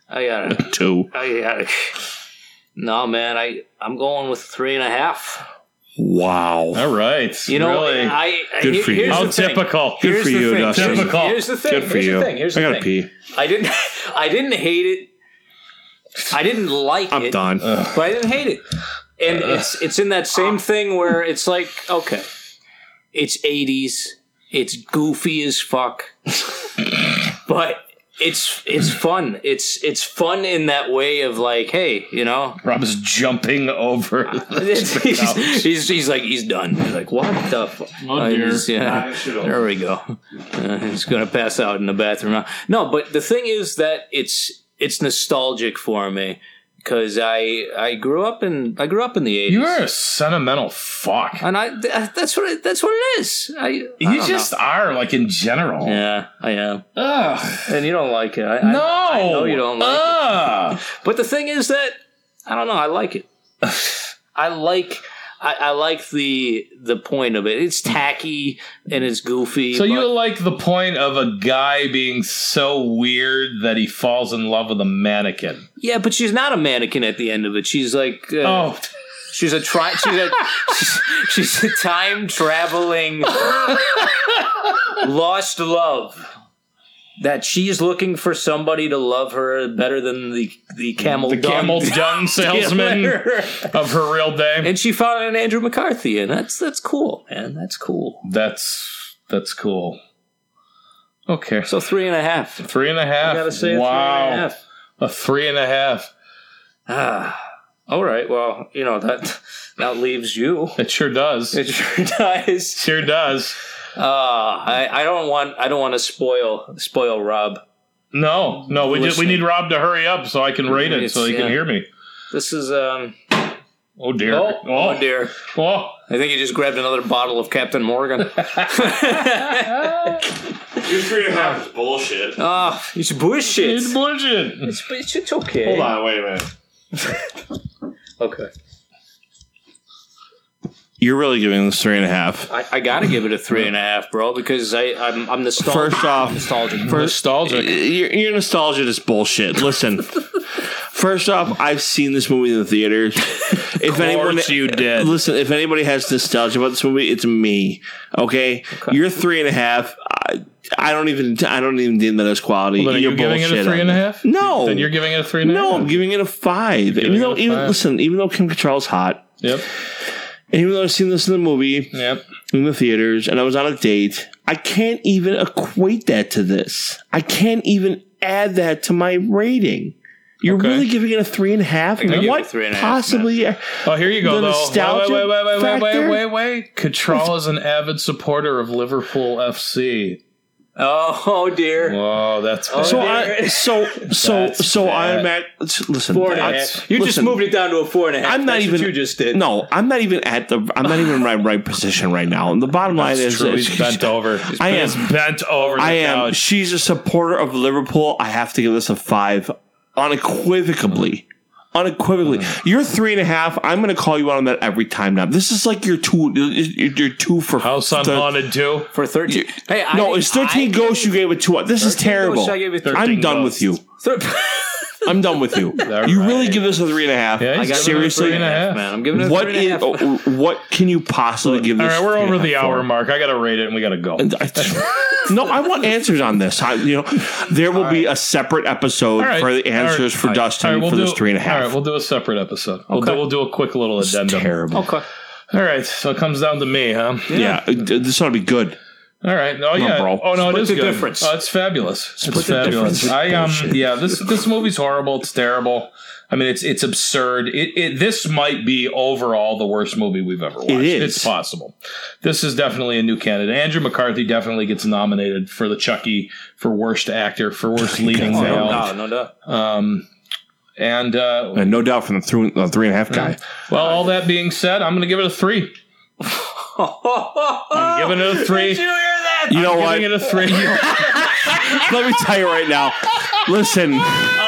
S9: I gotta
S2: two.
S9: I gotta No man, I I'm going with three and a half.
S2: Wow,
S10: All right.
S9: You know,
S10: really.
S9: I, I
S2: Good for you.
S9: here's
S10: How
S9: the thing.
S10: typical.
S2: Oh, Good
S9: Here's
S2: for
S9: the
S2: you,
S9: thing.
S2: Dustin.
S9: Here's-
S10: Typical.
S9: Here's the thing.
S2: good for
S9: here's
S2: you.
S9: The thing. Here's the
S2: I gotta
S9: thing.
S2: pee.
S9: I didn't I didn't hate it. I didn't like
S2: I'm
S9: it. Uh.
S2: done.
S9: But I didn't hate it. And it's it's in that
S2: Ah.
S9: same thing where it's like, okay. It's 80s. It's goofy as fuck. but it's it's fun. It's it's fun in that way of like, hey, you know,
S10: Rob's jumping over.
S9: he's, he's, he's like he's done. He's like what the? Fu-?
S10: Oh, dear.
S9: he's- yeah.
S10: I should've-
S9: There we go. Uh, he's gonna pass out in the bathroom now. No, but the thing is that it's it's nostalgic for me because I I grew up in I grew up in the eighties.
S10: you are a sentimental fuck.
S9: and I th- uh, that's what it, that's what it is. I, I
S10: You
S9: don't
S10: just
S9: know.
S10: are, like, in general.
S9: yeah I am
S10: Ugh.
S9: and you don't like it. I, I-
S10: No. Uh, Ah!
S9: I, know you don't like it.
S10: Ugh.
S9: But the thing is that I don't know. I like it. I like. I, I like the the point of it. It's tacky and it's goofy.
S10: So you
S9: but-
S10: like the point of a guy being so weird that he falls in love with a mannequin?
S9: yeah, but she's not a mannequin at the end of it. She's like, uh,
S10: Oh,
S9: she's a tri- she's a she's, she's a time traveling lost love that she's looking for somebody to love her better than the the camel
S10: the
S9: dung
S10: camel dung salesman
S9: dealer.
S10: of her real day.
S9: and she found an Andrew McCarthy, and that's that's cool, man. That's cool.
S10: That's that's cool. Okay,
S9: So three and a half.
S10: three and a half.
S9: I gotta say, a
S10: wow,
S9: three and a half.
S10: a three and a half.
S9: Ah, all right. Well, you know that that leaves you.
S10: It sure does.
S9: It sure does.
S10: Sure does.
S9: Uh, I, I don't want I don't want to spoil spoil Rob.
S10: No, no, we just, we
S9: Listening.
S10: need Rob to hurry up so I can rate it so he
S9: It's-
S10: can
S9: yeah.
S10: hear me.
S9: This is um.
S10: Oh dear.
S9: Oh,
S10: Oh.
S9: oh dear.
S10: Oh,
S9: I think he just grabbed another bottle of Captain Morgan.
S2: Two three and a half is bullshit.
S9: Ah, it's bullshit.
S10: It's bullshit.
S9: It's, it's, it's okay.
S2: Hold on, wait a minute.
S9: Okay.
S2: You're really giving this three and a half.
S9: I, I gotta give it a three and a half, bro, because I, I'm I'm nostalgic.
S2: First off,
S9: nostalgic.
S2: First, nostalgic. Your, your nostalgia is bullshit. Listen. First off, I've seen this movie in the theaters. If anyone,
S10: you did.
S2: Listen, if anybody has nostalgia about this movie, it's me. Okay, you're three and a half. I, I don't even. I don't even deem that as quality.
S10: Well, then are
S2: you're
S10: you giving it a
S2: bullshit
S10: three
S2: on
S10: and a
S2: it.
S10: half?
S2: No.
S10: Then you're giving it a three and a half.
S2: No, I'm giving it a five.
S10: You're
S2: Even
S10: giving
S2: though,
S10: it a
S2: even
S10: five.
S2: listen, even though Kim Cattrall's hot,
S10: Yep.
S2: and even though I've seen this in the movie,
S10: Yep.
S2: in the theaters, and I was on a date, I can't even equate that to this. I can't even add that to my rating. You're really giving it a three and a half.
S9: I give it a
S2: What
S9: three and a half, man.
S2: possibly?
S10: Oh, here you go,
S2: The
S10: though.
S2: nostalgia
S10: wait, wait, wait, wait, wait,
S2: factor?
S10: wait, wait, wait. Cattrall is an avid supporter of Liverpool FC.
S9: Oh, oh dear.
S10: Whoa, that's bad.
S2: So I so so
S10: That's
S2: so I'm
S10: bad.
S2: at listen.
S9: Four and a
S2: that's-
S9: half. You just
S2: listen,
S9: moved it down to a four and a half.
S2: I'm not
S9: That's what
S2: even.
S9: you just did.
S2: No, I'm not even at the. I'm not even in my right position right now. And the bottom line
S10: That's
S2: is,
S10: true.
S2: is-
S10: He's bent over.
S2: I am-
S10: He's bent over. The
S2: I am.
S10: Couch.
S2: She's a supporter of Liverpool. I have to give this a five, unequivocally. Unequivocally,
S10: Mm.
S2: you're three and a half. I'm going to call you out on that every time now. This is like your two. Your your two for
S10: House on
S2: the-
S10: Haunted too.
S9: For thirteen. Hey, I,
S2: no, it's thirteen ghosts. You gave it two. This is
S9: 13
S2: terrible.
S9: ghosts, I gave it
S2: I'm
S10: 13
S2: done with
S10: ghosts.
S2: you.
S9: Thir-
S2: I'm done with you.
S10: All
S2: You
S10: right.
S2: really give this a three and a half?
S10: Yeah,
S2: I
S10: he's
S2: got
S10: giving it a
S2: seriously.
S10: three and a half.
S9: man, I'm giving it a
S2: What
S9: three and a
S2: is
S9: half.
S2: oh, what can you possibly give
S10: All
S2: this?
S10: right, we're
S2: three and
S10: over
S2: a
S10: the
S2: half
S10: hour
S2: for?
S10: mark. I got to rate it, and we got to go.
S2: And I- no, I want answers on this. I, you know, there will be a separate episode
S10: All right.
S2: for the
S10: All right.
S2: answers for
S10: All right.
S2: Dustin
S10: All right, we'll
S2: for this
S10: do-
S2: three and a half.
S10: All right, we'll do a separate episode. We'll, do, we'll do a quick little
S2: It's
S10: addendum.
S2: terrible.
S9: Okay.
S10: All right, so it comes down to me, huh?
S2: Yeah, uh, this ought to be good.
S10: All right. Oh yeah.
S2: bro.
S10: Oh no,
S9: Split
S10: it is
S9: the
S10: good.
S9: difference.
S10: Oh, it's fabulous.
S2: Split
S10: it's
S2: the
S10: fabulous.
S2: difference.
S10: I um
S2: Bullshit.
S10: yeah, this this movie's horrible. It's terrible. I mean, it's it's absurd. It, it this might be overall the worst movie we've ever watched.
S2: It is.
S10: It's possible. This is definitely a new candidate. Andrew McCarthy definitely gets nominated for the Chucky for worst actor for worst leading
S9: Oh,
S10: male.
S9: no, no, no.
S10: Um, and uh,
S2: And no doubt from the three, uh, three and a half guy.
S10: well, all that being said, I'm going to give it a three.
S9: I'm
S10: giving it a three.
S9: Did you hear that?
S2: You know what?
S10: Giving it a three.
S2: Let me tell you right now. Listen,
S9: I love it. Um,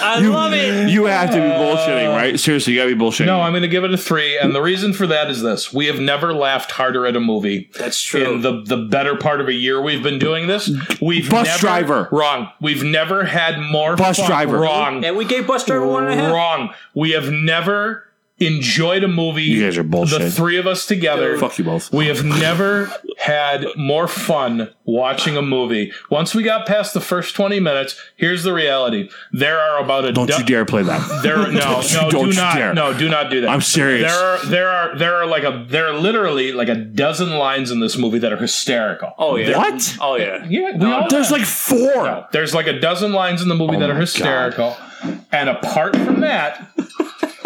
S9: I
S2: you,
S9: love it.
S2: you have to be bullshitting, right? Seriously, you got to be bullshitting.
S10: no, I'm going to give it a three, and the reason for that is this: we have never laughed harder at a movie.
S9: That's true.
S10: In the the better part of a year, we've been doing this. We've
S2: Bus
S10: never-
S2: driver.
S10: wrong. We've never had more
S2: Bus
S10: fun-
S2: driver.
S10: wrong.
S9: and we gave Bus Driver one and a half.
S10: Wrong. We have never enjoyed a movie.
S2: You guys are bullshit.
S10: The three of us together.
S2: Fuck you both.
S10: We have never had more fun watching a movie. Once we got past the first 20 minutes, here's the reality. There are about a
S2: Don't
S10: do-
S2: you dare play that.
S10: There are, no,
S2: Don't you- don't
S10: no, do
S2: you
S10: not.
S2: dare.
S10: No, do not do that.
S2: I'm serious.
S10: There are there are there are like a there are literally like a dozen lines in this movie that are hysterical.
S9: Oh yeah.
S2: What?
S9: Oh yeah.
S10: Yeah, we all
S2: There's like four.
S10: no, there's like a dozen lines in the movie that are
S2: my
S10: hysterical. And apart from that,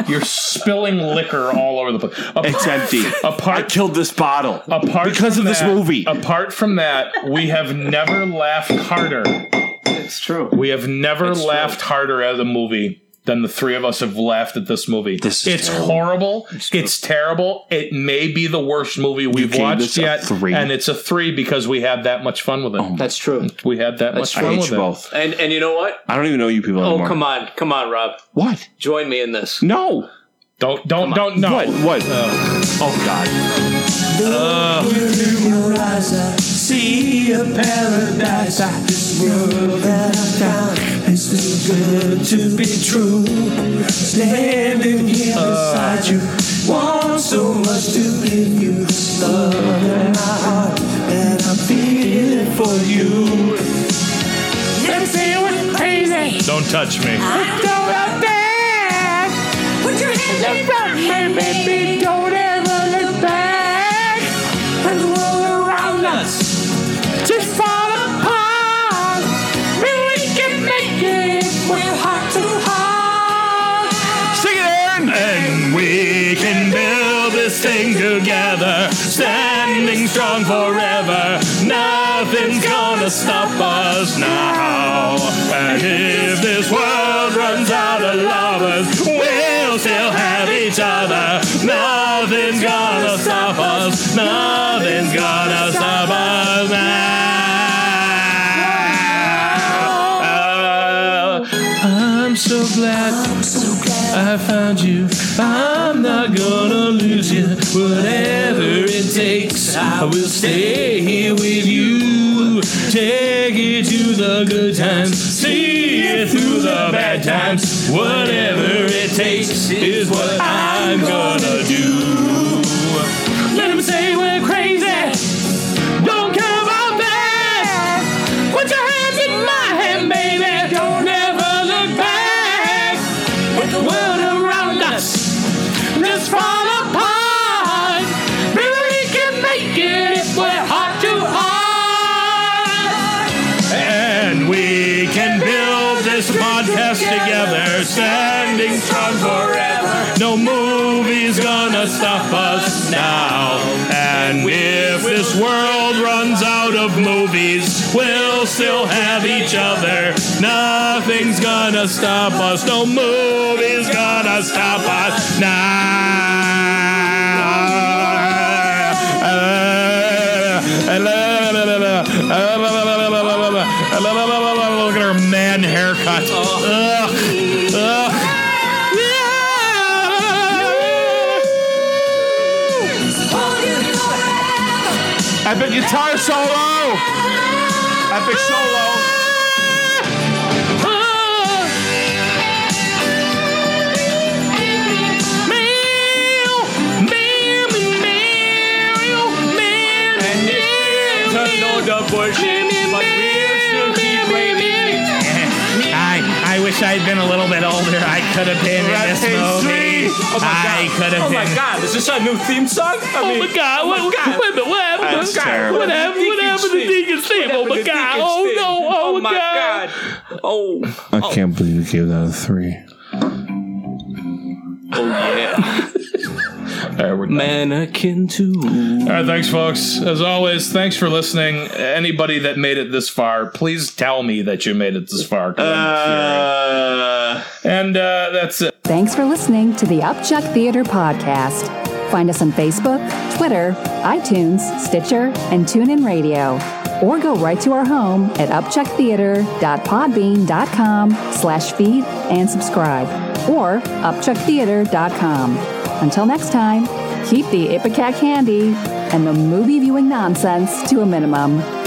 S10: you're spilling liquor all over the place. Apart,
S2: It's empty. I
S10: Apart,
S2: killed this bottle
S10: apart
S2: because
S10: from
S2: of this
S10: that-
S2: movie.
S10: Apart from that, we have never laughed harder.
S9: It's true.
S10: We have never
S9: It's
S10: laughed harder at a movie than the three of us have laughed at this movie.
S2: This is
S10: it's
S2: terrible.
S10: horrible. It's, terrible. It may be the worst movie we've
S2: gave
S10: watched
S2: this a
S10: yet,
S2: three. Oh
S10: and it's a three because we had that much fun with it.
S9: That's true.
S10: we had that
S9: That's
S10: much fun
S2: I hate
S10: with
S2: you
S10: it.
S2: both.
S9: And and you know what?
S2: I don't even know you people
S9: Oh
S2: anymore.
S9: come on, come on, Rob.
S2: What?
S9: Join me in this.
S2: No.
S10: Don't don't don't no.
S2: What? What?
S10: No.
S2: Oh God.
S10: Don't touch me.
S12: Put your hands in front, baby. Don't ever look back. And the world around us just fall apart. But we can make it. We're heart to heart.
S10: We can build this thing together, standing strong forever. Nothing's gonna stop us now. And if this world runs out of lovers, we'll still have each other. Nothing's gonna stop us. Nothing's gonna stop us now. I'm so glad. I found you. I'm not gonna lose you. Whatever it takes, I will stay here with you. Take it to the good times, see it through the bad times. Whatever it takes is what I'm gonna do. Let 'em say we're crazy. Don't care about that. Put your hands in my hand, baby. Don't ever look back. With the world around us, let's fall apart. Maybe we can make it if we're heart to heart. And we can build this podcast together, standing strong forever. No movie's gonna stop us now. And if this world runs out of movies, we'll still have each other. Nothing's gonna stop us. No movie's gonna stop us now. Look at her man haircut. Ugh. Ugh.
S12: Epic guitar solo! Epic solo!
S10: I, I wish I'd been a little bit older. I could have been in this movie. I could have
S13: Oh
S10: been.
S13: my god, is this our new theme song? I mean, oh my
S10: god,
S13: what, what,
S10: Wait a minute, what happened?
S13: That's
S10: What
S13: terrible.
S10: happened? What happened to Deacon Steve? Oh my god! Oh no! Oh, my god!
S13: Oh,
S2: I can't believe you gave that a three.
S13: oh yeah.
S10: Mannequin too. All right, thanks, folks. As always, thanks for listening. Anybody that made it this far, please tell me that you made it this far. 'cause I'm furious. and uh, that's it.
S1: Thanks for listening to the Upchuck Theater Podcast. Find us on Facebook, Twitter, iTunes, Stitcher, and TuneIn Radio. Or go right to our home at upchucktheater.podbean.com slash feed and subscribe. Or upchucktheater.com. Until next time, keep the Ipecac handy and the movie viewing nonsense to a minimum.